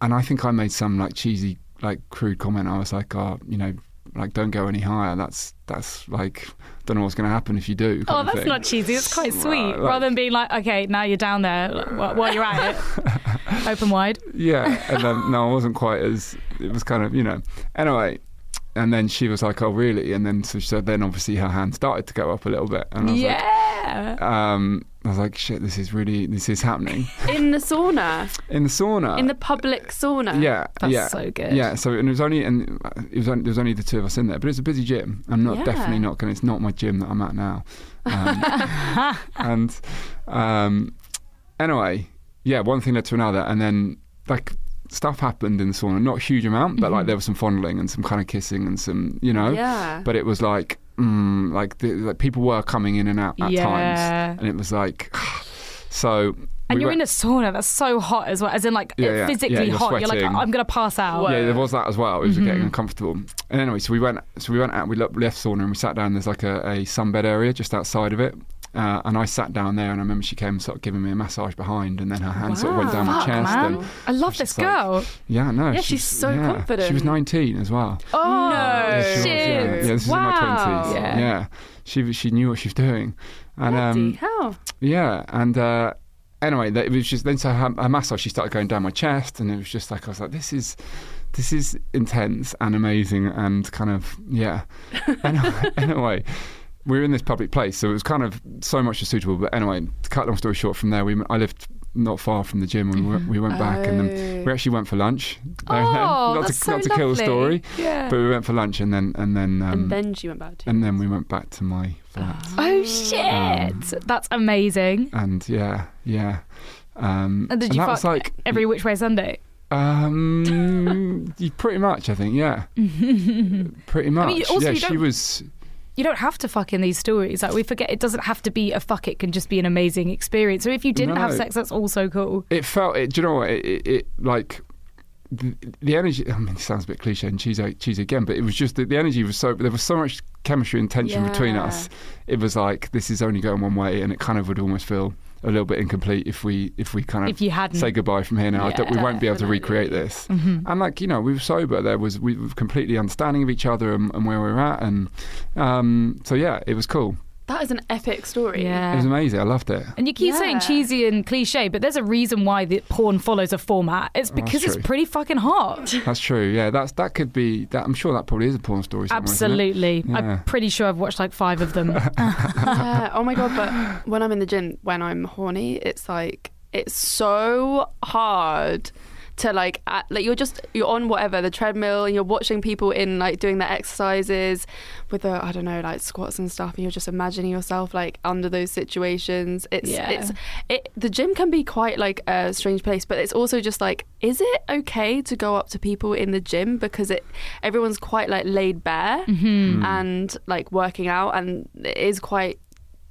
Speaker 2: and I think I made some like cheesy, like crude comment. I was like, "Oh, you know." Like, don't go any higher. That's that's like, don't know what's going to happen if you do. kind
Speaker 3: Oh,
Speaker 2: of
Speaker 3: that's
Speaker 2: thing.
Speaker 3: not cheesy. It's quite
Speaker 2: Right,
Speaker 3: sweet.
Speaker 2: like-
Speaker 3: Rather than being like, okay, now you're down there like, wh- while you're at it, open wide.
Speaker 2: Yeah, and then no, I wasn't quite as. It was kind of you know. Anyway, and then she was like, "Oh, really?" And then so, so then obviously her hand started to go up a little bit, and I was
Speaker 3: Yeah.
Speaker 2: like, um, I was like, "Shit, this is really this is happening
Speaker 1: in the sauna,
Speaker 2: in the sauna."
Speaker 1: in the public sauna.
Speaker 2: yeah,
Speaker 3: That's
Speaker 2: yeah.
Speaker 3: so good.
Speaker 2: Yeah, so and it was only and uh, it was only, there was only the two of us in there, but it's a busy gym. I'm not
Speaker 1: Yeah.
Speaker 2: definitely not going. to It's not my gym that I'm at now. Um, and um, anyway, yeah, one thing led to another, and then like stuff happened in the sauna, not a huge amount, but
Speaker 3: Mm-hmm.
Speaker 2: like there was some fondling and some kind of kissing and some, you know.
Speaker 1: Yeah.
Speaker 2: But it was like, mm, like, the, like people were coming in and out at
Speaker 3: Yeah.
Speaker 2: times, and it was like, so.
Speaker 3: And
Speaker 2: we
Speaker 3: you're
Speaker 2: went-
Speaker 3: in a sauna. That's so hot as well. As in, like,
Speaker 2: Yeah,
Speaker 3: it
Speaker 2: yeah,
Speaker 3: physically
Speaker 2: yeah, you're
Speaker 3: hot. You're like,
Speaker 2: sweating.
Speaker 3: I'm going to pass out.
Speaker 1: Whoa.
Speaker 2: Yeah, there was that as well. It was
Speaker 1: Mm-hmm.
Speaker 2: getting uncomfortable. And anyway, so we went, so we went out. We left, left sauna and we sat down. There's like a, a sunbed area just outside of it. Uh, and I sat down there, and I remember she came sort of giving me a massage behind, and then her hand sort of went down my
Speaker 3: Fuck,
Speaker 2: chest.
Speaker 3: man.
Speaker 2: And
Speaker 3: I love
Speaker 2: she's
Speaker 3: this
Speaker 2: like-
Speaker 3: girl.
Speaker 2: yeah, no,
Speaker 1: Yeah, she's so confident.
Speaker 2: She was 19 as well.
Speaker 3: Oh,
Speaker 1: No.
Speaker 2: Yeah,
Speaker 1: she was,
Speaker 3: shit.
Speaker 2: yeah. yeah, this is in my
Speaker 1: Wow.
Speaker 2: 20s.
Speaker 3: Yeah.
Speaker 2: Yeah. she she knew what she was doing, and
Speaker 1: Bloody
Speaker 2: um,
Speaker 1: hell.
Speaker 2: yeah, and uh, anyway, that- it was just then so her, her massage. She started going down my chest, and it was just like I was like, this is this is intense and amazing, and kind of yeah. Anyway, anyway, we were in this public place, so it was kind of so much as suitable. But anyway, to cut a long story short, from there we I lived. Not far from the gym, and we
Speaker 3: Mm-hmm.
Speaker 2: went, we went back, and
Speaker 1: Oh.
Speaker 2: then we actually went for lunch. there and then.
Speaker 3: Oh,
Speaker 2: not
Speaker 3: that's
Speaker 2: to,
Speaker 3: so
Speaker 2: not to kill the
Speaker 3: lovely.
Speaker 2: story,
Speaker 3: Yeah.
Speaker 2: but we went for lunch and then and then um,
Speaker 1: and then she went back to
Speaker 2: and then we went back to my flat
Speaker 3: oh,
Speaker 2: Um,
Speaker 3: shit. That's amazing.
Speaker 2: and yeah yeah. Um,
Speaker 3: And did you
Speaker 2: that
Speaker 3: fuck
Speaker 2: was like
Speaker 3: every which way Sunday?
Speaker 2: um, you pretty much I think yeah, pretty much
Speaker 3: mean, also
Speaker 2: yeah.
Speaker 3: you
Speaker 2: She
Speaker 3: don't-
Speaker 2: was
Speaker 3: you don't have to fuck in these stories. Like we forget it doesn't have to be a fuck. It can just be an amazing experience. So if you didn't have
Speaker 2: No.
Speaker 3: sex, that's also cool.
Speaker 2: it felt it. Do you know what it, it, it like? The, the energy. I mean, it sounds a bit cliche and cheesy, cheesy again, but it was just that the energy was so. There was so much chemistry and tension between
Speaker 1: Yeah.
Speaker 2: us. It was like this is only going one way, and it kind of would almost feel a little bit incomplete if we if we kind of
Speaker 3: If you hadn't.
Speaker 2: say goodbye from here now. I
Speaker 3: Yeah,
Speaker 2: don't- we won't be able to
Speaker 1: Mm-hmm. definitely. Mm-hmm.
Speaker 2: recreate this. And like you know, we were sober. There was we were completely understanding of each other and, and where we were at, and um, so yeah, it was cool.
Speaker 1: That is an epic story.
Speaker 2: It
Speaker 3: Yeah.
Speaker 2: was amazing. I loved it.
Speaker 3: And you keep saying
Speaker 1: Yeah.
Speaker 3: cheesy and cliche, but there's a reason why the porn follows a format. It's because it's
Speaker 2: Oh, true.
Speaker 3: pretty fucking hot.
Speaker 2: That's true. Yeah, that's that could be. That, I'm sure that probably is a porn story. somewhere, isn't it?
Speaker 3: Absolutely.
Speaker 2: Yeah.
Speaker 3: I'm pretty sure I've watched like five of them.
Speaker 1: Yeah. Oh my god, but when I'm in the gym, when I'm horny, it's like it's so hard to like at, like you're just you're on whatever the treadmill and you're watching people in like doing their exercises with the I don't know like squats and stuff and you're just imagining yourself like under those situations. It's
Speaker 3: Yeah.
Speaker 1: it's it the gym can be quite like a strange place, but it's also just like is it okay to go up to people in the gym because it everyone's quite like laid bare
Speaker 3: Mm-hmm.
Speaker 2: Mm.
Speaker 1: and like working out and it is quite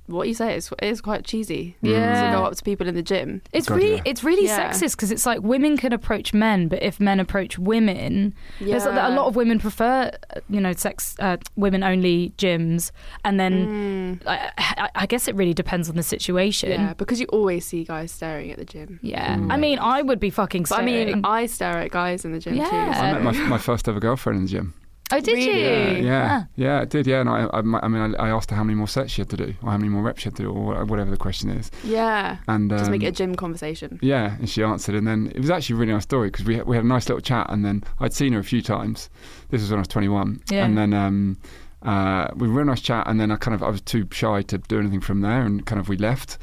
Speaker 1: what you say is it is quite cheesy
Speaker 3: Yeah.
Speaker 1: to go up to people in the gym.
Speaker 3: It's
Speaker 2: God,
Speaker 3: really
Speaker 2: yeah.
Speaker 3: it's really
Speaker 1: Yeah.
Speaker 3: sexist because it's like women can approach men, but if men approach women, there's a, a lot of women prefer you know sex uh, women only gyms, and then
Speaker 1: Mm.
Speaker 3: I, I, I guess it really depends on the situation.
Speaker 1: Yeah, because you always see guys staring at the gym.
Speaker 3: Yeah.
Speaker 2: Mm.
Speaker 3: I mean, I would be fucking.
Speaker 1: But I
Speaker 3: Staring.
Speaker 1: mean, I stare at guys in the gym
Speaker 3: Yeah.
Speaker 1: too.
Speaker 2: I met my, my first ever girlfriend in the gym.
Speaker 3: oh, did
Speaker 1: Really?
Speaker 3: you?
Speaker 2: Yeah, yeah,
Speaker 3: Ah.
Speaker 2: yeah, it did. Yeah, and I, I, I mean, I, I asked her how many more sets she had to do, or how many more reps she had to do, or whatever the question is.
Speaker 1: Yeah.
Speaker 2: And
Speaker 1: Just make
Speaker 2: um,
Speaker 1: it a gym conversation.
Speaker 2: Yeah, and she answered, and then it was actually a really nice story because we we had a nice little chat, and then I'd seen her a few times. This was when I was 21,
Speaker 3: Yeah.
Speaker 2: and then um, uh, we were in a nice chat, and then I kind of I was too shy to do anything from there, and kind of we left,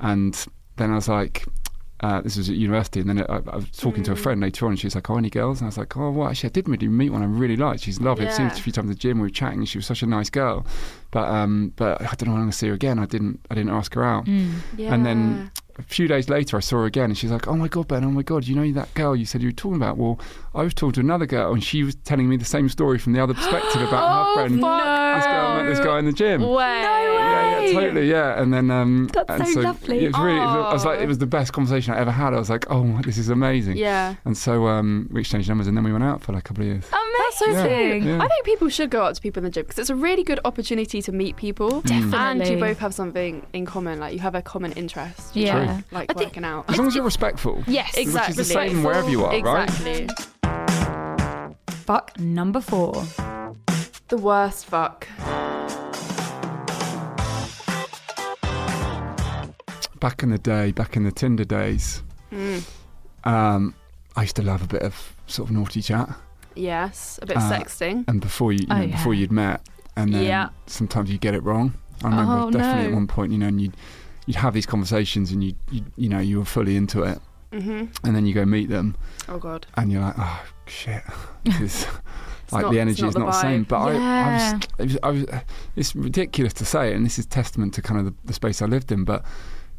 Speaker 2: and then I was like. Uh, this was at university, and then I, I was talking to a
Speaker 1: Mm.
Speaker 2: friend later on. and She was like, "Oh, any girls?" And I was like, "Oh, well, actually, I did really meet one I really liked. She's lovely. I've seen her
Speaker 1: Yeah.
Speaker 2: a few times at the gym. We were chatting. and She was such a nice girl, but um, but I don't know when I'm going to see her again. I didn't I didn't ask her out.
Speaker 3: Mm.
Speaker 1: Yeah.
Speaker 2: And then- A few days later, I saw her again, and she's like, "Oh my god, Ben! Oh my god! You know that girl you said you were talking about? Well, I was talking to another girl, and she was telling me the same story from the other perspective about
Speaker 3: Oh,
Speaker 2: her friend.
Speaker 1: Oh, no.
Speaker 2: This girl met this guy in the gym.
Speaker 1: Way.
Speaker 2: Yeah, yeah, totally, yeah. And then um,
Speaker 3: That's
Speaker 2: and
Speaker 3: so lovely.
Speaker 2: It was really. I was like,
Speaker 1: Aw.
Speaker 2: it was the best conversation I ever had. I was like, oh, this is amazing.
Speaker 1: Yeah.
Speaker 2: And so um, we exchanged numbers, and then we went out for like a couple of years.
Speaker 1: That's so
Speaker 2: Yeah,
Speaker 1: cute.
Speaker 2: yeah.
Speaker 1: I think people should go out to people in the gym because it's a really good opportunity to meet people.
Speaker 2: Mm. Definitely.
Speaker 1: And you both have something in common, like you have a common interest. you
Speaker 3: Yeah.
Speaker 1: know, Like
Speaker 3: I think-
Speaker 1: working out.
Speaker 2: As long as you're respectful.
Speaker 3: Yes,
Speaker 2: is the
Speaker 1: Exactly.
Speaker 2: same wherever you are, right?
Speaker 1: Exactly.
Speaker 3: Fuck number four.
Speaker 1: The worst fuck.
Speaker 2: Back in the day, back in the Tinder days,
Speaker 1: Mm.
Speaker 2: um, I used to love a bit of sort of naughty chat.
Speaker 1: Yes, a bit
Speaker 2: Uh,
Speaker 1: sexting.
Speaker 2: and before you, you
Speaker 3: Oh,
Speaker 2: know,
Speaker 3: yeah.
Speaker 2: before you'd met, and then
Speaker 3: Yeah.
Speaker 2: sometimes you get it wrong. I remember
Speaker 3: Oh,
Speaker 2: definitely
Speaker 3: no.
Speaker 2: at one point, you know, and you'd you'd have these conversations, and you you you know you were fully into it,
Speaker 1: hmm
Speaker 2: and then you go meet them,
Speaker 1: Oh god.
Speaker 2: and you're like, oh shit, this is-
Speaker 1: It's
Speaker 2: like
Speaker 1: not-
Speaker 2: the
Speaker 1: it's
Speaker 2: energy
Speaker 1: not
Speaker 2: is
Speaker 1: the
Speaker 2: not the same.
Speaker 1: vibe.
Speaker 2: But
Speaker 3: Yeah.
Speaker 2: I, I was, it was, I was, it's ridiculous to say, it, and this is testament to kind of the, the space I lived in. But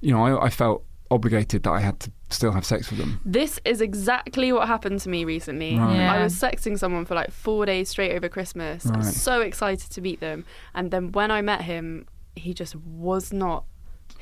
Speaker 2: you know, I, I felt obligated that I had to still have sex with them.
Speaker 1: This is exactly what happened to me recently.
Speaker 2: Right.
Speaker 3: Yeah.
Speaker 1: I was sexting someone for like four days straight over Christmas. I
Speaker 2: Right.
Speaker 1: was so excited to meet them. And then when I met him, he just was not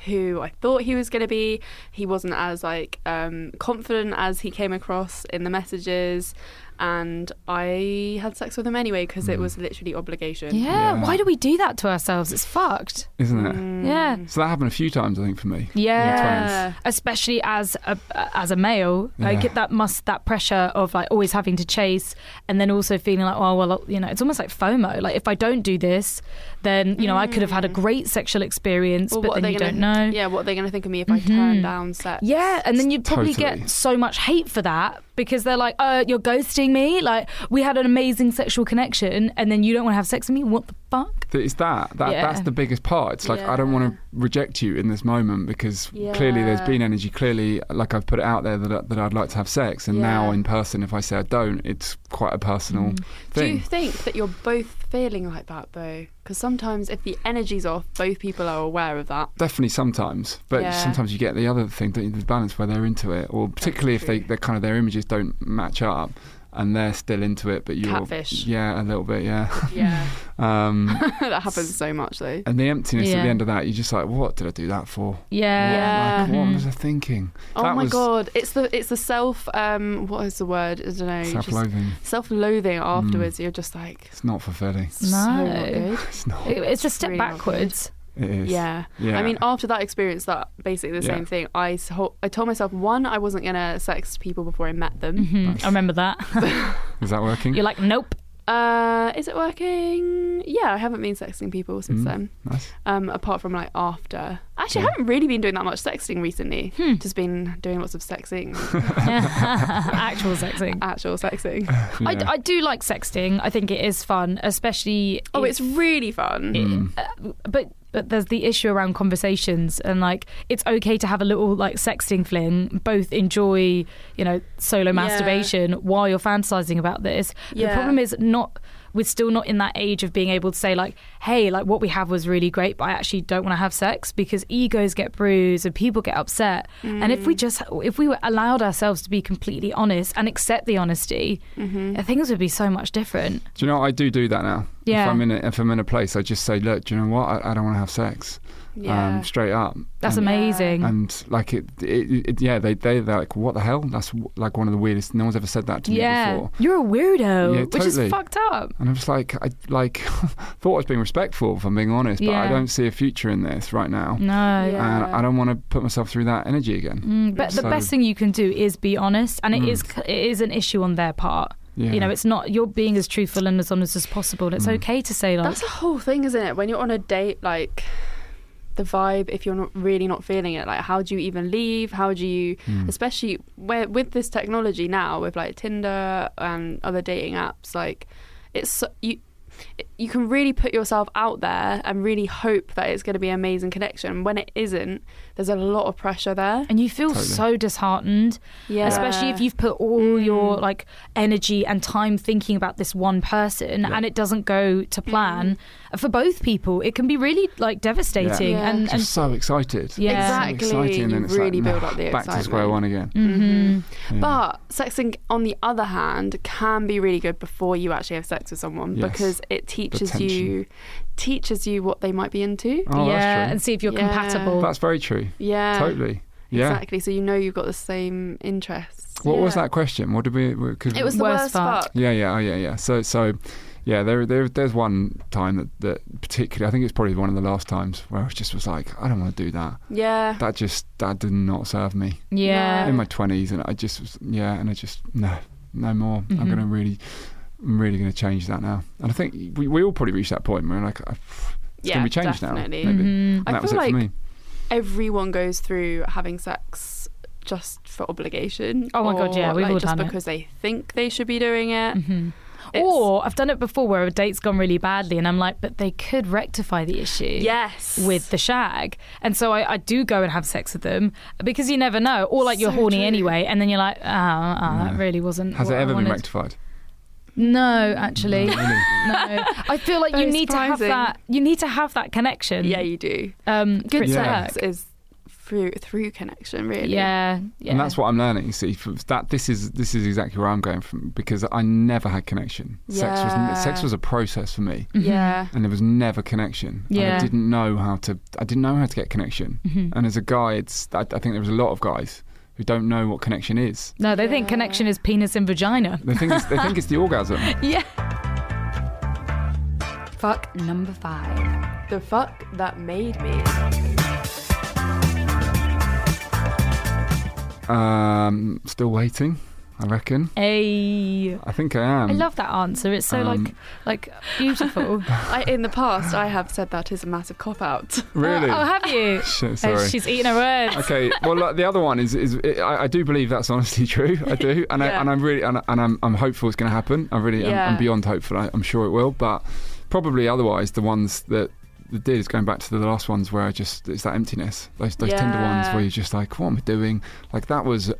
Speaker 1: who I thought he was going to be. He wasn't as like um, confident as he came across in the messages. And I had sex with him anyway because
Speaker 2: Hmm.
Speaker 1: it was literally obligation.
Speaker 3: Yeah.
Speaker 2: Yeah.
Speaker 3: Why do we do that to ourselves? It's fucked.
Speaker 2: Isn't it?
Speaker 1: Mm.
Speaker 3: Yeah.
Speaker 2: So that happened a few times, I think, for me.
Speaker 3: Yeah.
Speaker 1: Yeah.
Speaker 3: Especially as a as a male, like
Speaker 2: Yeah.
Speaker 3: that must that pressure of like always having to chase, and then also feeling like, oh well, you know, it's almost like FOMO. Like if I don't do this, then you know I could have had a great sexual experience,
Speaker 1: Mm. Well,
Speaker 3: but
Speaker 1: what are
Speaker 3: then
Speaker 1: they
Speaker 3: you
Speaker 1: gonna,
Speaker 3: don't know. Mm-hmm.
Speaker 1: Yeah, what are they going to think of me if I turn down sex?
Speaker 3: Yeah, and then you'd probably
Speaker 2: Totally.
Speaker 3: get so much hate for that because they're like, "Uh, you're ghosting me. Like, we had an amazing sexual connection, and then you don't want to have sex with me. What the fuck?"
Speaker 2: Th- It's that. that
Speaker 3: Yeah.
Speaker 2: That's the biggest part. It's like, I don't want to reject you in this moment because clearly there's
Speaker 1: Yeah.
Speaker 2: been energy. Clearly, like I've put it out there that, I- that I'd like to have sex. And now
Speaker 1: Yeah. Mm.
Speaker 2: in person, if I say I don't, it's quite a personal
Speaker 1: Do you
Speaker 2: thing.
Speaker 1: think that you're both feeling like that though? Because sometimes if the energy's off, both people are aware of that.
Speaker 2: Definitely sometimes, but
Speaker 1: Yeah.
Speaker 2: sometimes you get the other thing, don't you, the balance where they're into it, or particularly if they
Speaker 1: true.
Speaker 2: they're kind of their images don't match up and they're still into it, but you're
Speaker 1: Catfish.
Speaker 2: yeah, a little bit, yeah.
Speaker 1: Yeah,
Speaker 2: Um,
Speaker 1: that happens so much though.
Speaker 2: and the emptiness
Speaker 3: Yeah.
Speaker 2: at the end of that, you're just like, what did I do that for?
Speaker 3: Yeah,
Speaker 1: Yeah. Mm.
Speaker 2: Like, what was I thinking?
Speaker 1: Oh
Speaker 2: That
Speaker 1: my
Speaker 2: was-
Speaker 1: god, it's the it's the self. Um, what is the word? I don't know.
Speaker 2: Self-loathing. Hmm.
Speaker 1: Self-loathing afterwards. You're just like
Speaker 2: It's not fulfilling.
Speaker 1: no. so not
Speaker 3: No.
Speaker 1: good.
Speaker 2: It's not.
Speaker 3: It- it's a step
Speaker 1: really not good.
Speaker 3: backwards.
Speaker 2: It is.
Speaker 1: Yeah.
Speaker 2: Yeah.
Speaker 1: I mean, after that experience, that basically the
Speaker 2: Yeah.
Speaker 1: same thing. I s- ho- I told myself one, I wasn't gonna sex people before I met them.
Speaker 3: Mhm, I remember that.
Speaker 2: is that working?
Speaker 3: you're like, "Nope."
Speaker 1: Uh, is it working? Yeah, I haven't been sexting people since
Speaker 2: Mm.
Speaker 1: then.
Speaker 2: nice.
Speaker 1: um, apart from like after. Actually,
Speaker 2: Yeah.
Speaker 1: I haven't really been doing that much sexting recently. Just been doing lots of sexing,
Speaker 3: Actual sexing.
Speaker 1: actual sexting.
Speaker 3: I,
Speaker 2: Yeah.
Speaker 3: I do like sexting. I think it is fun, especially.
Speaker 1: Oh,
Speaker 3: if-
Speaker 1: it's really fun.
Speaker 3: uh, but but there's the issue around conversations and like it's okay to have a little like sexting fling both enjoy you know solo
Speaker 1: Yeah.
Speaker 3: masturbation while you're fantasizing about this But the
Speaker 1: Yeah.
Speaker 3: problem is not we're still not in that age of being able to say like hey like what we have was really great but i actually don't want to have sex because egos get bruised and people get upset and
Speaker 1: Mm.
Speaker 3: if we just if we were allowed ourselves to be completely honest and accept the honesty
Speaker 1: Mm-hmm.
Speaker 3: things would be so much different
Speaker 2: Do you know what? I do do that now.
Speaker 3: Yeah.
Speaker 2: If I'm in a, if I'm in a place, I just say, look, do you know what? I, I don't want to have sex.
Speaker 1: Yeah.
Speaker 2: Um, straight up.
Speaker 3: that's
Speaker 2: and,
Speaker 3: amazing
Speaker 2: And like it, it, it yeah, they they they're like, what the hell? That's w- like one of the weirdest. No one's ever said that to me
Speaker 3: yeah
Speaker 2: before.
Speaker 3: you're a weirdo
Speaker 2: Yeah,
Speaker 3: which is
Speaker 2: totally.
Speaker 3: fucked up
Speaker 2: And I was like, I like thought I was being respectful, if I'm being honest, but I
Speaker 3: Yeah. Mm,
Speaker 2: don't see a future in this right now.
Speaker 3: no
Speaker 1: Yeah.
Speaker 2: And I don't want to put myself through that energy again.
Speaker 3: Mm, but the
Speaker 2: So-
Speaker 3: best thing you can do is be honest and it
Speaker 2: Mm.
Speaker 3: is it is an issue on their part
Speaker 2: Yeah.
Speaker 3: you know it's not you're being as truthful and as honest as possible and it's
Speaker 2: Mm.
Speaker 3: okay to say like
Speaker 1: That's a whole thing, isn't it? When you're on a date, like the vibe, if you're not really not feeling it, like how do you even leave? How do you,
Speaker 2: Hmm. Mm.
Speaker 1: especially where with this technology now, with like Tinder and other dating apps, like it's so- you. You can really put yourself out there and really hope that it's going to be an amazing connection. When it isn't, there's a lot of pressure there.
Speaker 3: and you feel
Speaker 2: Totally.
Speaker 3: so disheartened
Speaker 1: Yeah,
Speaker 3: especially if you've put all
Speaker 1: Mm.
Speaker 3: your like energy and time thinking about this one person
Speaker 2: Yeah.
Speaker 3: and it doesn't go
Speaker 1: Mm.
Speaker 3: to plan for both people it can be really like devastating
Speaker 1: Yeah.
Speaker 3: and,
Speaker 2: Just
Speaker 3: and
Speaker 2: so excited.
Speaker 3: Yeah.
Speaker 2: So
Speaker 1: exactly.
Speaker 2: exciting, and then
Speaker 1: you
Speaker 2: it's
Speaker 1: really
Speaker 2: like,
Speaker 1: build
Speaker 2: nah,
Speaker 1: up the
Speaker 2: back
Speaker 1: excitement.
Speaker 2: to square one again.
Speaker 3: Mhm.
Speaker 2: Yeah.
Speaker 1: But sexing, on the other hand, can be really good before you actually have sex with someone
Speaker 2: Yes.
Speaker 1: because it teaches
Speaker 2: tension.
Speaker 1: you teaches you what they might be into.
Speaker 2: oh,
Speaker 3: yeah
Speaker 2: that's
Speaker 3: and see if you're
Speaker 1: Yeah.
Speaker 3: compatible
Speaker 2: true. That's very true.
Speaker 1: Yeah,
Speaker 2: Totally. Yeah.
Speaker 1: exactly. So you know you've got the same interests.
Speaker 2: What was
Speaker 1: Yeah.
Speaker 2: that question? What did we? we- Cause
Speaker 1: It was the
Speaker 3: Worst
Speaker 1: worst,
Speaker 3: fuck.
Speaker 1: fuck.
Speaker 2: Yeah, yeah, oh, yeah, yeah. So, so, yeah. There, there, there's one time that, that particularly, I think it's probably one of the last times where I just was like, I don't want to do that.
Speaker 1: Yeah,
Speaker 2: That just, that did not serve me
Speaker 1: Oh.
Speaker 3: yeah
Speaker 2: in my twenties, and I just, was, yeah, and I just, no, no more. I'm
Speaker 1: Mm-hmm.
Speaker 3: Mhm.
Speaker 2: gonna really, I'm really gonna change that now. And I think we, we all probably reached that point where we're like, I- it's
Speaker 1: yeah,
Speaker 2: gonna be changed
Speaker 1: definitely.
Speaker 2: now. Maybe.
Speaker 3: Mhm.
Speaker 2: And that
Speaker 1: I
Speaker 2: was it
Speaker 1: feel
Speaker 2: for
Speaker 1: like
Speaker 2: me.
Speaker 1: Everyone goes through having sex just for obligation.
Speaker 3: Oh my God,
Speaker 1: or,
Speaker 3: yeah, we've
Speaker 1: like,
Speaker 3: all
Speaker 1: just
Speaker 3: done it.
Speaker 1: because they think they should be doing it.
Speaker 3: Mhm.
Speaker 1: It's-
Speaker 3: Or I've done it before where a date's gone really badly, and I'm like, but they could rectify the issue.
Speaker 1: yes,
Speaker 3: Mm-hmm. With the shag. And so I, I do go and have sex with them because you never know. Or like you're
Speaker 1: So
Speaker 3: horny
Speaker 1: true.
Speaker 3: anyway, and then you're like, ah, ah, that
Speaker 2: Yeah.
Speaker 3: really wasn't.
Speaker 2: Has
Speaker 3: what
Speaker 2: it
Speaker 3: I
Speaker 2: ever been
Speaker 3: wanted."
Speaker 2: rectified?
Speaker 3: No, actually.
Speaker 2: No,
Speaker 3: no.
Speaker 2: really?
Speaker 3: I feel like you
Speaker 1: Very
Speaker 3: need to have
Speaker 1: surprising.
Speaker 3: that. You need to have that connection.
Speaker 1: yeah, you do.
Speaker 3: Um, for
Speaker 1: Good
Speaker 3: it to
Speaker 2: Yeah.
Speaker 1: sex
Speaker 3: work.
Speaker 1: is through through connection, really.
Speaker 3: Yeah. Yeah.
Speaker 2: And that's what I'm learning. You see, for that this is this is exactly where I'm going from because I never had connection. Sex
Speaker 1: Yeah.
Speaker 2: was sex was a process for me,
Speaker 3: Mhm.
Speaker 1: Yeah.
Speaker 2: and there was never connection. And
Speaker 3: Yeah.
Speaker 2: I didn't know how to. I didn't know how to get connection.
Speaker 3: Mhm.
Speaker 2: And as a guy, it's I, I think there was a lot of guys who don't know what connection is.
Speaker 3: No, they think
Speaker 1: Yeah.
Speaker 3: connection is penis and vagina.
Speaker 2: They think it's, they think it's the orgasm.
Speaker 3: Yeah. Fuck number five.
Speaker 1: The fuck that made me.
Speaker 2: Um, still waiting, I reckon.
Speaker 3: A.
Speaker 2: I think I am.
Speaker 3: I love that answer. It's so
Speaker 2: um,
Speaker 3: like like beautiful.
Speaker 1: I, in the past, I have said that is a massive cop out.
Speaker 2: really.
Speaker 3: Oh, have you?
Speaker 2: Shit,
Speaker 3: Oh,
Speaker 2: sorry.
Speaker 3: she's eating her words.
Speaker 2: okay. Well, like, the other one is is I, I do believe that's honestly true. I do, and I,
Speaker 1: Yeah.
Speaker 2: and I'm really and, I- and I'm I'm hopeful it's going to happen. I really am- I'm,
Speaker 1: Yeah.
Speaker 2: beyond hopeful. I, I'm sure it will, but probably otherwise the ones that. that did is going back to the last ones where I just it's that emptiness those those tender ones
Speaker 1: Yeah.
Speaker 2: where you're just like what am I doing like that was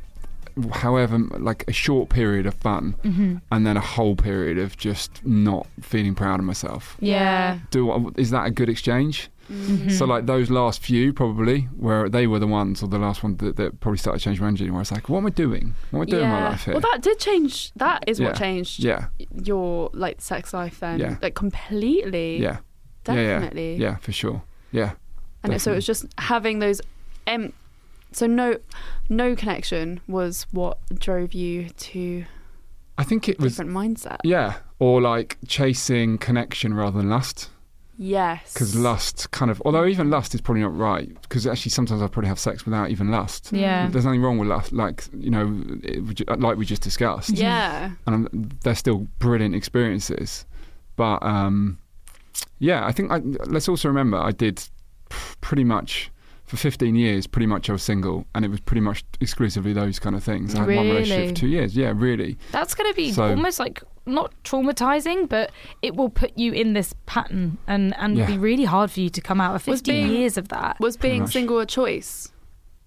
Speaker 2: however like a short period of fun
Speaker 3: Mm-hmm.
Speaker 2: and then a whole period of just not feeling proud of myself
Speaker 3: Yeah.
Speaker 2: do I, is that a good
Speaker 3: Mm-hmm.
Speaker 2: exchange
Speaker 1: Mm-hmm. Mm.
Speaker 2: so like those last few probably where they were the ones or the last one that, that probably started to change my engine where it's like, what am I doing? What am I doing in my life here?
Speaker 1: Well, that did change. That is
Speaker 2: Yeah.
Speaker 1: what changed
Speaker 2: yeah,
Speaker 1: your like sex life then,
Speaker 2: Yeah.
Speaker 1: like completely.
Speaker 2: yeah, Yeah, yeah,
Speaker 1: definitely.
Speaker 2: yeah, for sure. Yeah.
Speaker 1: And so it was just having those. Em- so no, no connection was what drove you to
Speaker 2: I think it was,
Speaker 1: different mindset.
Speaker 2: yeah, or like chasing connection rather than lust.
Speaker 1: Yes.
Speaker 2: Because lust kind of, although even lust is probably not right, because actually sometimes I probably have sex without even lust.
Speaker 3: Yeah.
Speaker 2: There's nothing wrong with lust, like, you know, it, like we just discussed.
Speaker 1: Yeah.
Speaker 2: and I'm, they're still brilliant experiences. But um, yeah, I think I, let's also remember I did p- pretty much for 15 years, pretty much I was single, and it was pretty much exclusively those kind of things. I had one relationship
Speaker 3: Really?
Speaker 2: for two years. Yeah, really.
Speaker 3: That's going to be
Speaker 2: So-
Speaker 3: almost like not traumatizing, but it will put you in this pattern and and
Speaker 2: Yeah.
Speaker 3: be really hard for you to come out of
Speaker 1: Was
Speaker 3: 50
Speaker 1: being-
Speaker 3: years of that.
Speaker 1: Was
Speaker 2: Pretty
Speaker 1: being
Speaker 2: much.
Speaker 1: single a choice?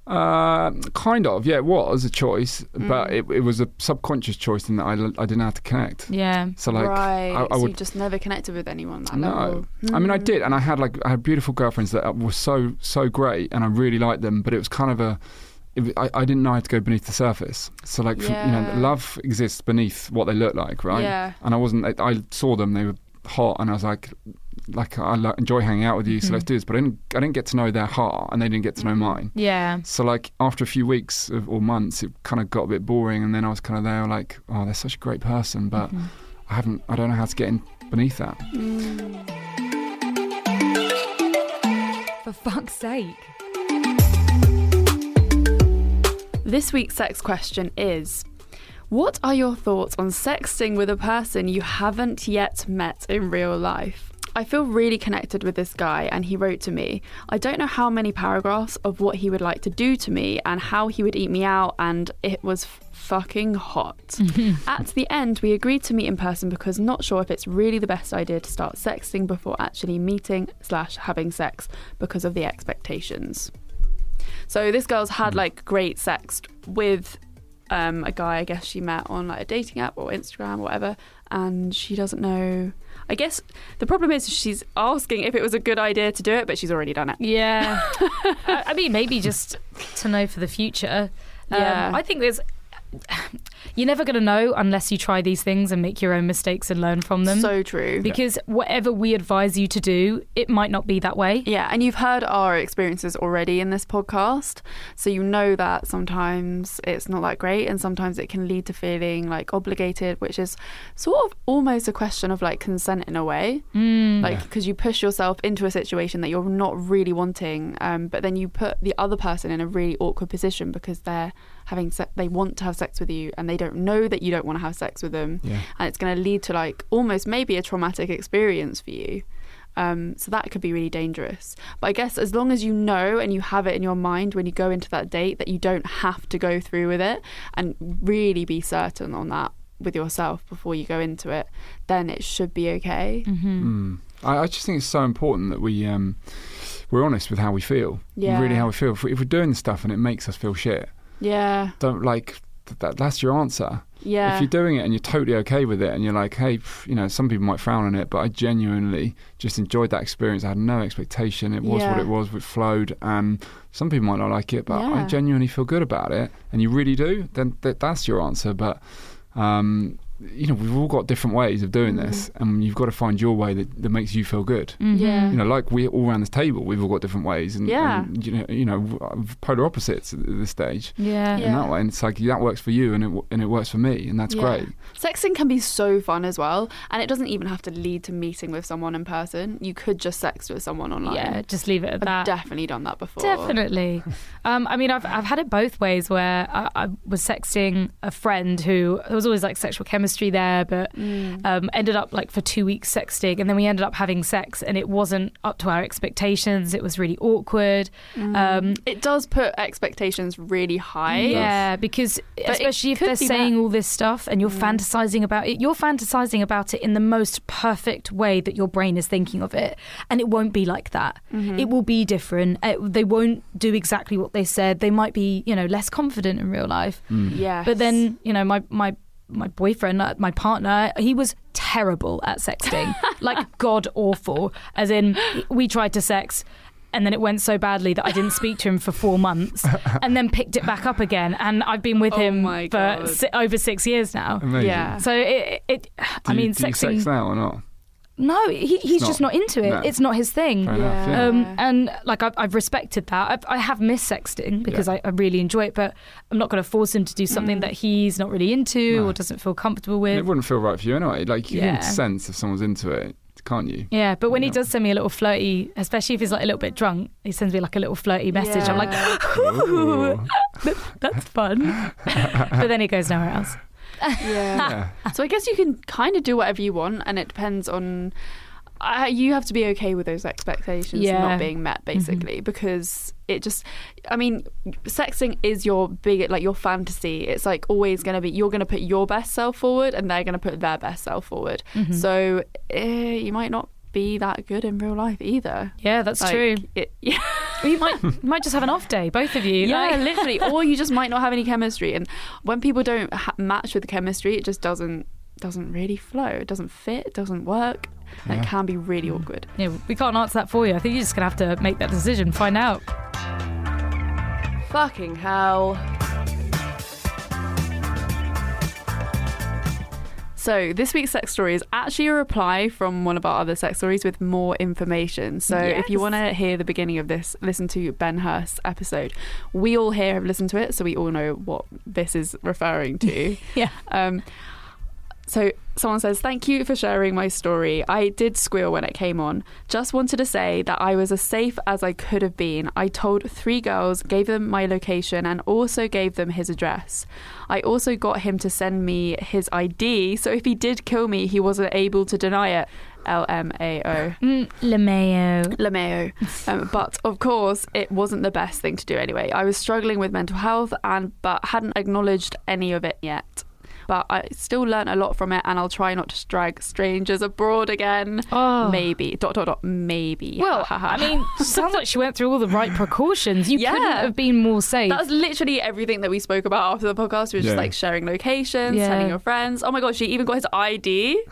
Speaker 2: Uh, kind of, yeah, it was a choice,
Speaker 1: Mm.
Speaker 2: but it, it was a subconscious choice in that I, l- I didn't know how to connect.
Speaker 3: Yeah.
Speaker 2: So like,
Speaker 1: right.
Speaker 2: I, I
Speaker 1: so
Speaker 2: would
Speaker 1: you just never connected with anyone that
Speaker 2: No,
Speaker 1: level. Hmm.
Speaker 2: I mean I did, and I had like I had beautiful girlfriends that were so so great, and I really liked them. But it was kind of a, it, wa- I, I didn't know how to go beneath the surface. So like for- you
Speaker 1: Yeah.
Speaker 2: know, love exists beneath what they look like, right?
Speaker 1: Yeah.
Speaker 2: And I wasn't. I, I saw them; they were hot, and I was like, like I like, enjoy hanging out with you, so let's
Speaker 1: Mm-hmm.
Speaker 2: do this. But I didn't I didn't get to know their heart, and they didn't get to know mine.
Speaker 3: Yeah.
Speaker 2: So like after a few weeks of, or months, it kind of got a bit boring, and then I was kind of there like, oh, they're such a great person, but
Speaker 1: Mm-hmm.
Speaker 2: I haven't. I don't know how to get in beneath that.
Speaker 4: For fuck's sake.
Speaker 1: This week's sex question is What are your thoughts on sexting with a person you haven't yet met in real life? I feel really connected with this guy, and he wrote to me. I don't know how many paragraphs of what he would like to do to me and how he would eat me out, and it was f- fucking hot. At the end, we agreed to meet in person because not sure if it's really the best idea to start sexting before actually meeting slash having sex because of the expectations. So this girl's had
Speaker 3: Hmm.
Speaker 1: like great sex with um, a guy I guess she met on like a dating app or Instagram or whatever, and she doesn't know. I guess the problem is she's asking if it was a good idea to do it, but she's already done it.
Speaker 3: Yeah. I, I mean, maybe just to know for the future. Um,
Speaker 1: Yeah.
Speaker 3: I think there's. You're never going to know unless you try these things and make your own mistakes and learn from them.
Speaker 1: So true.
Speaker 3: because whatever we advise you to do, it might not be that way.
Speaker 1: Yeah, and you've heard our experiences already in this podcast, so you know that sometimes it's not that great, and sometimes it can lead to feeling like obligated, which is sort of almost a question of like consent in a way, mm. like because you push yourself into a situation that you're not really wanting, um, but then you put the other person in a really awkward position because they're having se- they want to have sex with you and they don't know that you don't want to have sex with them,
Speaker 2: Yeah.
Speaker 1: and it's going to lead to like almost maybe a traumatic experience for you. Um, so that could be really dangerous. But I guess as long as you know and you have it in your mind when you go into that date that you don't have to go through with it and really be certain on that with yourself before you go into it, then it should be okay.
Speaker 3: Mm-hmm.
Speaker 2: Mm. I, I just think it's so important that we um, we're honest with how we feel,
Speaker 1: Yeah.
Speaker 2: really how we feel. If, we, if we're doing stuff and it makes us feel shit,
Speaker 1: Yeah.
Speaker 2: don't like th- that. That's your answer.
Speaker 1: Yeah.
Speaker 2: If you're doing it and you're totally okay with it, and you're like, hey, pff, you know, some people might frown on it, but I genuinely just enjoyed that experience. I had no expectation. It was what
Speaker 1: Yeah.
Speaker 2: it was. It flowed. And some people might not like it, but I
Speaker 1: Yeah.
Speaker 2: genuinely feel good about it, and you really do. Then th- that's your answer. But um, you know, we've all got different ways of doing this,
Speaker 1: Mm-hmm.
Speaker 2: and you've got to find your way that, that makes you feel good
Speaker 3: Mm-hmm.
Speaker 1: Yeah.
Speaker 2: you know, like we all around this table, we've all got different ways, and,
Speaker 1: Mm-hmm. Yeah.
Speaker 2: and, you know, you know, w- polar opposites at this stage.
Speaker 3: Yeah.
Speaker 1: Yeah.
Speaker 2: In that way, and it's like that works for you, and it w- and it works for me, and that's
Speaker 1: Yeah.
Speaker 2: great.
Speaker 1: Sexting can be so fun as well, and it doesn't even have to lead to meeting with someone in person. You could just sext with someone online.
Speaker 3: Yeah, just leave it at
Speaker 1: I've
Speaker 3: that.
Speaker 1: definitely done that before.
Speaker 3: Definitely. Um, I mean, I've, I've had it both ways where I, I was sexting a friend who there was always like sexual chemistry there, but
Speaker 1: Mm.
Speaker 3: um, ended up like for two weeks sexting. And then we ended up having sex and it wasn't up to our expectations. It was really awkward. Um,
Speaker 1: It does put expectations really high.
Speaker 2: Mm.
Speaker 3: yeah, because
Speaker 1: it
Speaker 3: especially if
Speaker 1: could
Speaker 3: they're
Speaker 1: be
Speaker 3: saying
Speaker 1: that- Mm.
Speaker 3: all this stuff and you're fantasizing about it, you're fantasizing about it in the most perfect way that your brain is thinking of it, and it won't be like that.
Speaker 1: Mm-hmm.
Speaker 3: It will be different. It, they won't do exactly what they said. They might be, you know, less confident in real life.
Speaker 1: Yes.
Speaker 3: But then, you know, my my my boyfriend, uh, my partner, he was terrible at sexting, like god awful. As in, we tried to sex. And then it went so badly that I didn't speak to him for four months, and then picked it back up again. And I've been with
Speaker 1: Oh
Speaker 3: him
Speaker 1: my
Speaker 3: for
Speaker 1: God.
Speaker 3: si- over six years now.
Speaker 2: Amazing.
Speaker 1: Yeah.
Speaker 3: So it, it
Speaker 2: Um, Do
Speaker 3: I
Speaker 2: you-
Speaker 3: mean,
Speaker 2: do you
Speaker 3: sexting.
Speaker 2: sex now or not?
Speaker 3: No, he, he's
Speaker 2: not-
Speaker 3: just not into it.
Speaker 2: no.
Speaker 3: It's not his thing.
Speaker 2: Fair enough. Yeah.
Speaker 3: Um, and like I've, I've respected that. I've, I have missed sexting because
Speaker 2: Yeah. Mm.
Speaker 3: I, I really enjoy it, but I'm not going to force him to do something that he's not really into
Speaker 2: No.
Speaker 3: or doesn't feel comfortable
Speaker 2: And
Speaker 3: with.
Speaker 2: it wouldn't feel right for you anyway. Like you
Speaker 3: Yeah.
Speaker 2: can sense if someone's into it, can't you?
Speaker 3: yeah, but when he
Speaker 2: Yeah.
Speaker 3: does send me a little flirty, especially if he's like a little bit drunk, he sends me like a little flirty message. I'm like,
Speaker 1: Yeah.
Speaker 2: Ooh.
Speaker 3: that's fun. but then he goes nowhere else.
Speaker 1: yeah.
Speaker 2: yeah.
Speaker 1: So I guess you can kind of do whatever you want, and it depends on. I, you have to be okay with those expectations
Speaker 3: Yeah.
Speaker 1: not being
Speaker 2: Mm-hmm.
Speaker 1: met basically because it just i mean sexting is your big like your fantasy it's like always going to be you're going to put your best self forward and they're going to put their best self forward so eh, you might not be that good in real life either
Speaker 3: Yeah, that's
Speaker 1: Like,
Speaker 3: true.
Speaker 1: it- yeah,
Speaker 3: Or you might you might just have an off day, both of you.
Speaker 1: yeah,
Speaker 3: like-
Speaker 1: literally. Or you just might not have any chemistry, and when people don't ha- match with the chemistry, it just doesn't doesn't really flow. It doesn't fit. It doesn't work. And
Speaker 2: Yeah.
Speaker 1: it can be really awkward.
Speaker 3: Yeah, we can't answer that for you. I think you're just gonna have to make that decision, find out.
Speaker 5: Fucking hell.
Speaker 1: So this week's sex story is actually a reply from one of our other sex stories with more information. So if you
Speaker 3: Yes.
Speaker 1: want to hear the beginning of this, listen to Ben Hurst's episode. We all here have listened to it, so we all know what this is referring to.
Speaker 3: Yeah.
Speaker 1: Um, so someone says, Thank you for sharing my story. I did squeal when it came on. Just wanted to say that I was as safe as I could have been. I told three girls, gave them my location, and also gave them his address. I also got him to send me his ID, so if he did kill me, he wasn't able to deny it. LMAO.
Speaker 3: Mm, LeMayo.
Speaker 1: LMAO. Um, but of course, it wasn't the best thing to do anyway. I was struggling with mental health and but hadn't acknowledged any of it yet. But I still learnt a lot from it, and I'll try not to drag strangers abroad again.
Speaker 3: Oh.
Speaker 1: Maybe dot dot dot. Maybe.
Speaker 3: Well,
Speaker 1: Ha, ha, ha.
Speaker 3: I mean, sounds like she went through all the right precautions. You
Speaker 1: Yeah.
Speaker 3: couldn't have been more safe.
Speaker 1: That was literally everything that we spoke about after the podcast. We were just
Speaker 2: Yeah.
Speaker 1: like sharing locations,
Speaker 3: Yeah.
Speaker 1: telling your friends. Oh my god, she even got his ID.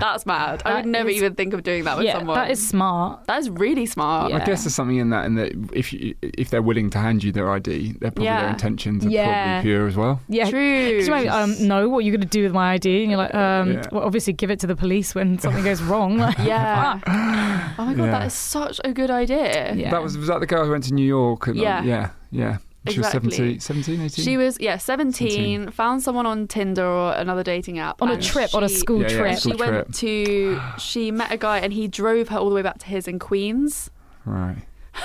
Speaker 1: That's mad. I
Speaker 3: That
Speaker 1: would never
Speaker 3: is-
Speaker 1: even think of doing that with
Speaker 3: yeah,
Speaker 1: someone.
Speaker 3: that is smart.
Speaker 1: that is really smart.
Speaker 3: Yeah.
Speaker 2: I guess there's something in that, in that if you, if they're willing to hand you their ID, they're probably
Speaker 1: Yeah.
Speaker 2: their intentions are
Speaker 3: Yeah.
Speaker 2: probably pure as well.
Speaker 3: Yeah.
Speaker 1: True.
Speaker 3: Because you might um, know what you're going to do with my ID, and you're like, um,
Speaker 2: Yeah.
Speaker 3: well, obviously give it to the police when something goes wrong. Like,
Speaker 1: Yeah. oh my god,
Speaker 2: Yeah.
Speaker 1: that is such a good idea.
Speaker 3: Yeah.
Speaker 2: That was was that the girl who went to New York? And
Speaker 1: Yeah.
Speaker 2: yeah, yeah. She
Speaker 1: Exactly.
Speaker 2: was 17, 17, 18?
Speaker 1: She was yeah, 17,
Speaker 2: 17.
Speaker 1: found someone on Tinder or another dating app
Speaker 3: on a
Speaker 1: and
Speaker 3: trip, on a
Speaker 1: she-
Speaker 3: school
Speaker 2: Yeah, yeah,
Speaker 3: trip.
Speaker 1: She
Speaker 2: School
Speaker 1: went to she met a guy and he drove her all the way back to his in Queens.
Speaker 2: right.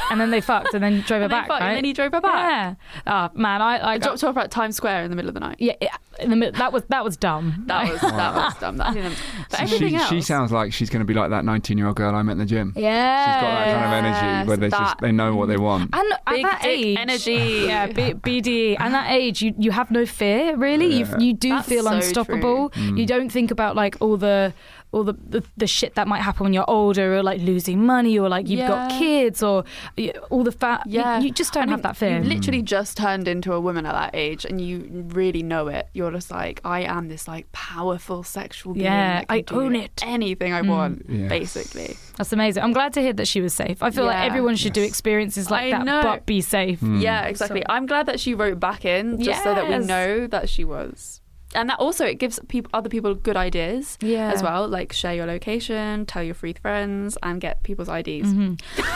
Speaker 3: And then they fucked, and then drove
Speaker 1: And,
Speaker 3: her
Speaker 1: they
Speaker 3: back.
Speaker 1: fucked,
Speaker 3: right?
Speaker 1: and then he drove her back.
Speaker 3: Yeah. Oh, man, I, I
Speaker 1: I dropped her off at Times Square in the middle of the night.
Speaker 3: Yeah, yeah, in the mid- that was that was dumb.
Speaker 1: That was that was dumb. That, I think that- but
Speaker 2: So
Speaker 1: everything
Speaker 2: she,
Speaker 1: else,
Speaker 2: she sounds like she's going to be like that 19 year old girl I met in the gym.
Speaker 3: yeah.
Speaker 2: She's got that kind of
Speaker 1: Yes,
Speaker 2: energy where they
Speaker 1: that-
Speaker 2: just they know what they want.
Speaker 3: And
Speaker 1: big
Speaker 3: at that
Speaker 1: dick
Speaker 3: age,
Speaker 1: energy.
Speaker 3: Yeah, B- BDE. And that age, you, you have no fear, really.
Speaker 2: Yeah.
Speaker 3: You you do
Speaker 1: That's
Speaker 3: feel
Speaker 1: so
Speaker 3: unstoppable. You don't think about like all the all the, the the shit that might happen when you're older, or like losing money, or like you've got
Speaker 1: Yeah.
Speaker 3: kids, or y- all the fat.
Speaker 1: Yeah.
Speaker 3: you, you just don't
Speaker 1: I
Speaker 3: have
Speaker 1: mean,
Speaker 3: that fear.
Speaker 1: You
Speaker 2: Mm.
Speaker 1: literally just turned into a woman at that age, and you really know it. You're just like, I am this like powerful sexual being.
Speaker 3: Yeah,
Speaker 1: that can
Speaker 3: I
Speaker 1: do
Speaker 3: own it.
Speaker 1: Anything I want,
Speaker 2: Yes.
Speaker 1: basically.
Speaker 3: That's amazing. I'm glad to hear that she was safe. I feel
Speaker 1: Yeah.
Speaker 3: like everyone should do experiences like
Speaker 1: I
Speaker 3: that,
Speaker 1: know.
Speaker 3: but be safe.
Speaker 2: Mm.
Speaker 1: Yeah, exactly. I'm glad that she wrote back in, just so that we
Speaker 3: Yes.
Speaker 1: know that she was. And that also it gives peop other people good ideas
Speaker 3: Yeah.
Speaker 1: as well, like share your location, tell your free friends, and get people's IDs.
Speaker 3: Mm-hmm.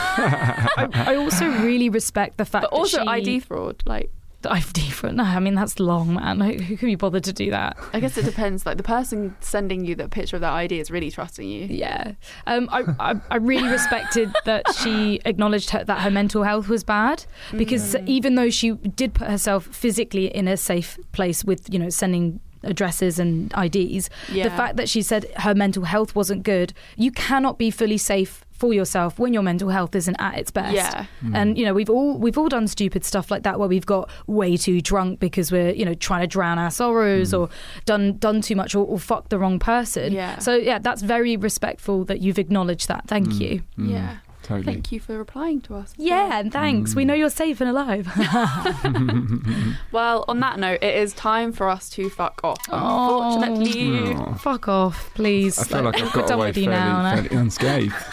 Speaker 3: I, I also really respect the fact
Speaker 1: But also
Speaker 3: that she,
Speaker 1: ID fraud, like.
Speaker 3: I've different. No, I mean that's long, man. Like, who can be bothered to do that?
Speaker 1: I guess it depends. Like the person sending you the picture of that ID is really trusting you.
Speaker 3: Yeah, um, I, I I really respected that she acknowledged her, that her mental health was bad
Speaker 1: Mm.
Speaker 3: because even though she did put herself physically in a safe place with you know sending addresses and IDs, the
Speaker 1: Yeah.
Speaker 3: fact that she said her mental health wasn't good, you cannot be fully safe for yourself when your mental health isn't at its best.
Speaker 1: Yeah.
Speaker 2: Mm,
Speaker 3: And you know, we've all we've all done stupid stuff like that where we've got way too drunk because we're, you know, trying to drown our sorrows or done done too much or, or fucked the wrong person.
Speaker 1: Yeah.
Speaker 3: So Mm. yeah, that's very respectful that you've acknowledged that. Thank you.
Speaker 1: Yeah.
Speaker 2: mm, Totally.
Speaker 1: Thank you for replying to us. as well.
Speaker 3: Mm. Yeah, Mm. and thanks. We know you're safe and alive.
Speaker 1: Well, on that note, it is time for us to fuck off.
Speaker 3: Oh.
Speaker 1: Unfortunately,
Speaker 2: Aw.
Speaker 3: Fuck off, please.
Speaker 2: I feel like I've got
Speaker 3: done
Speaker 2: away
Speaker 3: with you
Speaker 2: fairly,
Speaker 3: now, no?
Speaker 2: fairly unscathed.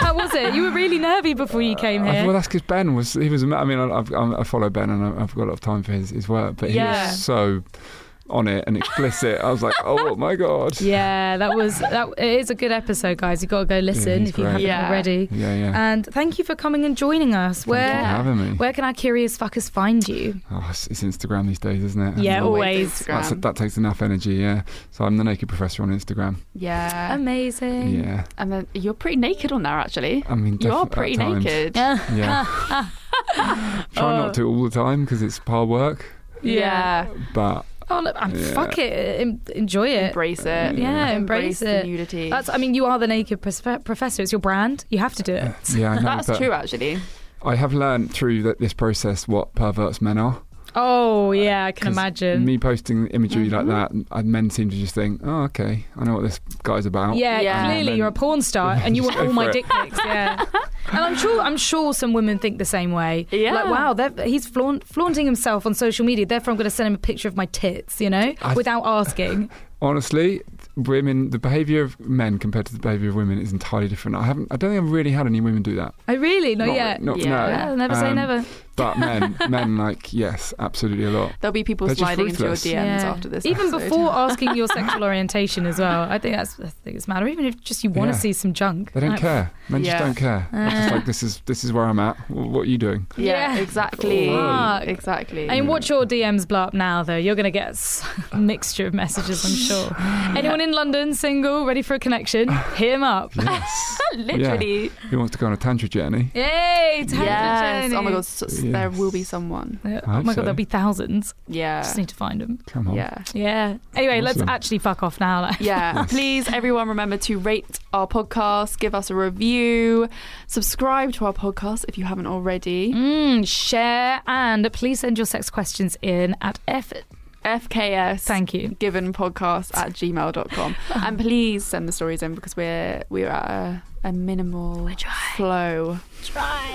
Speaker 3: How was it? You were really nervy before you came
Speaker 2: Uh, I- well,
Speaker 3: here.
Speaker 2: that's because Ben was. He was. I mean, I, I've, I follow Ben, and I- I've got a lot of time for his, his work. But he
Speaker 3: Yeah.
Speaker 2: was so on it and explicit. I was like, oh my god.
Speaker 3: Yeah, that was that. It is a good episode, guys. You got to go listen
Speaker 2: he's
Speaker 3: if you
Speaker 2: great.
Speaker 3: haven't
Speaker 1: Yeah.
Speaker 3: already.
Speaker 2: Yeah, yeah.
Speaker 3: And thank you for coming and joining us. Um, Where
Speaker 2: Thank you for having me.
Speaker 3: Where can our curious fuckers find you?
Speaker 2: Oh, it's, it's Instagram these days, isn't it?
Speaker 3: Yeah,
Speaker 2: Well,
Speaker 3: always.
Speaker 2: That's,
Speaker 1: Instagram.
Speaker 2: that takes enough energy. Yeah. So I'm the naked professor on Instagram.
Speaker 1: yeah.
Speaker 3: Um, Amazing.
Speaker 2: Yeah.
Speaker 1: and then you're pretty naked on there, actually.
Speaker 2: I mean,
Speaker 1: you
Speaker 2: def-
Speaker 1: are
Speaker 2: at
Speaker 1: pretty
Speaker 2: times.
Speaker 1: naked.
Speaker 3: Yeah.
Speaker 2: Yeah. Try not to all the time because it's hard work,
Speaker 1: Yeah.
Speaker 2: but
Speaker 3: Oh, look, I'm,
Speaker 2: Yeah.
Speaker 3: fuck it, em- enjoy it.
Speaker 1: Embrace it.
Speaker 3: Yeah, embrace
Speaker 1: the
Speaker 3: it.
Speaker 1: nudity.
Speaker 3: That's. I mean, you are the naked prof- professor. It's your brand. You have to do it.
Speaker 2: uh, Yeah, I know,
Speaker 1: That's
Speaker 2: but
Speaker 1: true, actually.
Speaker 2: I have learned through th this process what perverts men are.
Speaker 3: Oh yeah, I can
Speaker 2: 'Cause
Speaker 3: imagine.
Speaker 2: Me posting imagery like that, and men seem to just think, oh, okay, I know what this guy's about.
Speaker 3: yeah,
Speaker 1: Yeah.
Speaker 3: clearly
Speaker 2: Then-
Speaker 3: you're a porn star and you want
Speaker 2: Go
Speaker 3: all my
Speaker 2: for it.
Speaker 3: dick pics. Yeah, and I'm sure I'm sure some women think the same way.
Speaker 1: Yeah.
Speaker 3: like wow, they're- he's flaunt, flaunting himself on social media. Therefore, I'm going to send him a picture of my tits. You know,
Speaker 2: I-
Speaker 3: without asking.
Speaker 2: Honestly, women, the behaviour of men compared to the behaviour of women is entirely different. I haven't, I don't think I've really had any women do that.
Speaker 3: I really not,
Speaker 2: Not-
Speaker 3: yet.
Speaker 2: not-
Speaker 1: Yeah.
Speaker 2: no.
Speaker 3: Yeah, never say
Speaker 2: Um,
Speaker 3: never.
Speaker 2: But men, men like yes, absolutely a lot.
Speaker 1: There'll be people
Speaker 2: They're just
Speaker 1: sliding into your
Speaker 2: ruthless.
Speaker 1: DMs after this.
Speaker 3: Even
Speaker 1: episode.
Speaker 3: before asking your sexual orientation as well, I think that's I think it's matter. Even if just you want to
Speaker 2: Yeah.
Speaker 3: see some junk,
Speaker 2: They don't
Speaker 3: Like,
Speaker 2: care. Men
Speaker 1: Yeah.
Speaker 2: just don't care. They're just
Speaker 3: Uh.
Speaker 2: like this is this is where I'm at. W- What are you doing?
Speaker 1: Yeah,
Speaker 3: Yeah.
Speaker 1: exactly.
Speaker 3: Fuck.
Speaker 1: Exactly.
Speaker 3: I mean, watch your DMs blow up now, though. You're going to get s- a mixture of messages, I'm sure. Anyone in London, single, ready for a connection, hit him up.
Speaker 2: Yes.
Speaker 1: Literally.
Speaker 2: Who wants to go on a tantra journey?
Speaker 3: Yay,
Speaker 1: Yes.
Speaker 3: Tantra Journey.
Speaker 1: Oh my god, so, so there
Speaker 2: Yes.
Speaker 1: will be someone.
Speaker 3: Yeah,
Speaker 2: I
Speaker 3: Oh
Speaker 2: hope
Speaker 3: my god,
Speaker 2: so.
Speaker 3: there'll be thousands.
Speaker 1: Yeah.
Speaker 3: Just need to find them.
Speaker 2: Come on.
Speaker 1: Yeah.
Speaker 3: Yeah. Anyway, let's
Speaker 2: Awesome.
Speaker 3: actually fuck off now. Like.
Speaker 1: Yeah.
Speaker 2: Yes.
Speaker 1: Please, everyone, remember to rate our podcast, give us a review, subscribe to our podcast if you haven't already.
Speaker 3: Mm, share and please send your sex questions in at F.
Speaker 1: FKS.
Speaker 3: Thank you.
Speaker 1: Given podcast at gmail.com. and please send the stories in because we're we're at a, a minimal flow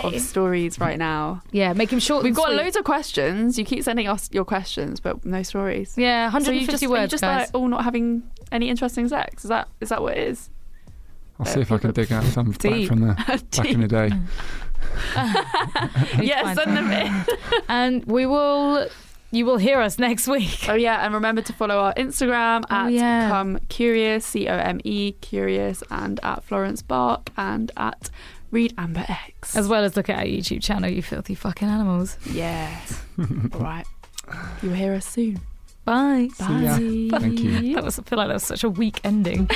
Speaker 1: of stories right now.
Speaker 3: Yeah, make him short.
Speaker 1: We've
Speaker 3: and
Speaker 1: got
Speaker 3: sweet.
Speaker 1: loads of questions. You keep sending us your questions, but no stories.
Speaker 3: Yeah,
Speaker 1: So you
Speaker 3: 150
Speaker 1: just, Are you
Speaker 3: words,
Speaker 1: just
Speaker 3: guys.
Speaker 1: like all not having any interesting sex? Is that is that what it is?
Speaker 2: I'll see if I can dig out some back
Speaker 3: Deep.
Speaker 2: from there. Back in the day.
Speaker 3: Need to
Speaker 1: yeah,
Speaker 3: find
Speaker 1: send them in.
Speaker 3: and we will you will hear us next week
Speaker 1: Oh yeah, and remember to follow our Instagram
Speaker 3: Oh,
Speaker 1: at
Speaker 3: yeah.
Speaker 1: come curious c o m e curious and at Florence Bark and at Read Amber X.
Speaker 3: as well as look at our youtube channel you filthy fucking animals
Speaker 1: yes. All right. You'll hear us soon.
Speaker 3: bye
Speaker 1: Bye.
Speaker 2: ya. Thank you.
Speaker 3: that was I feel like that was such a weak ending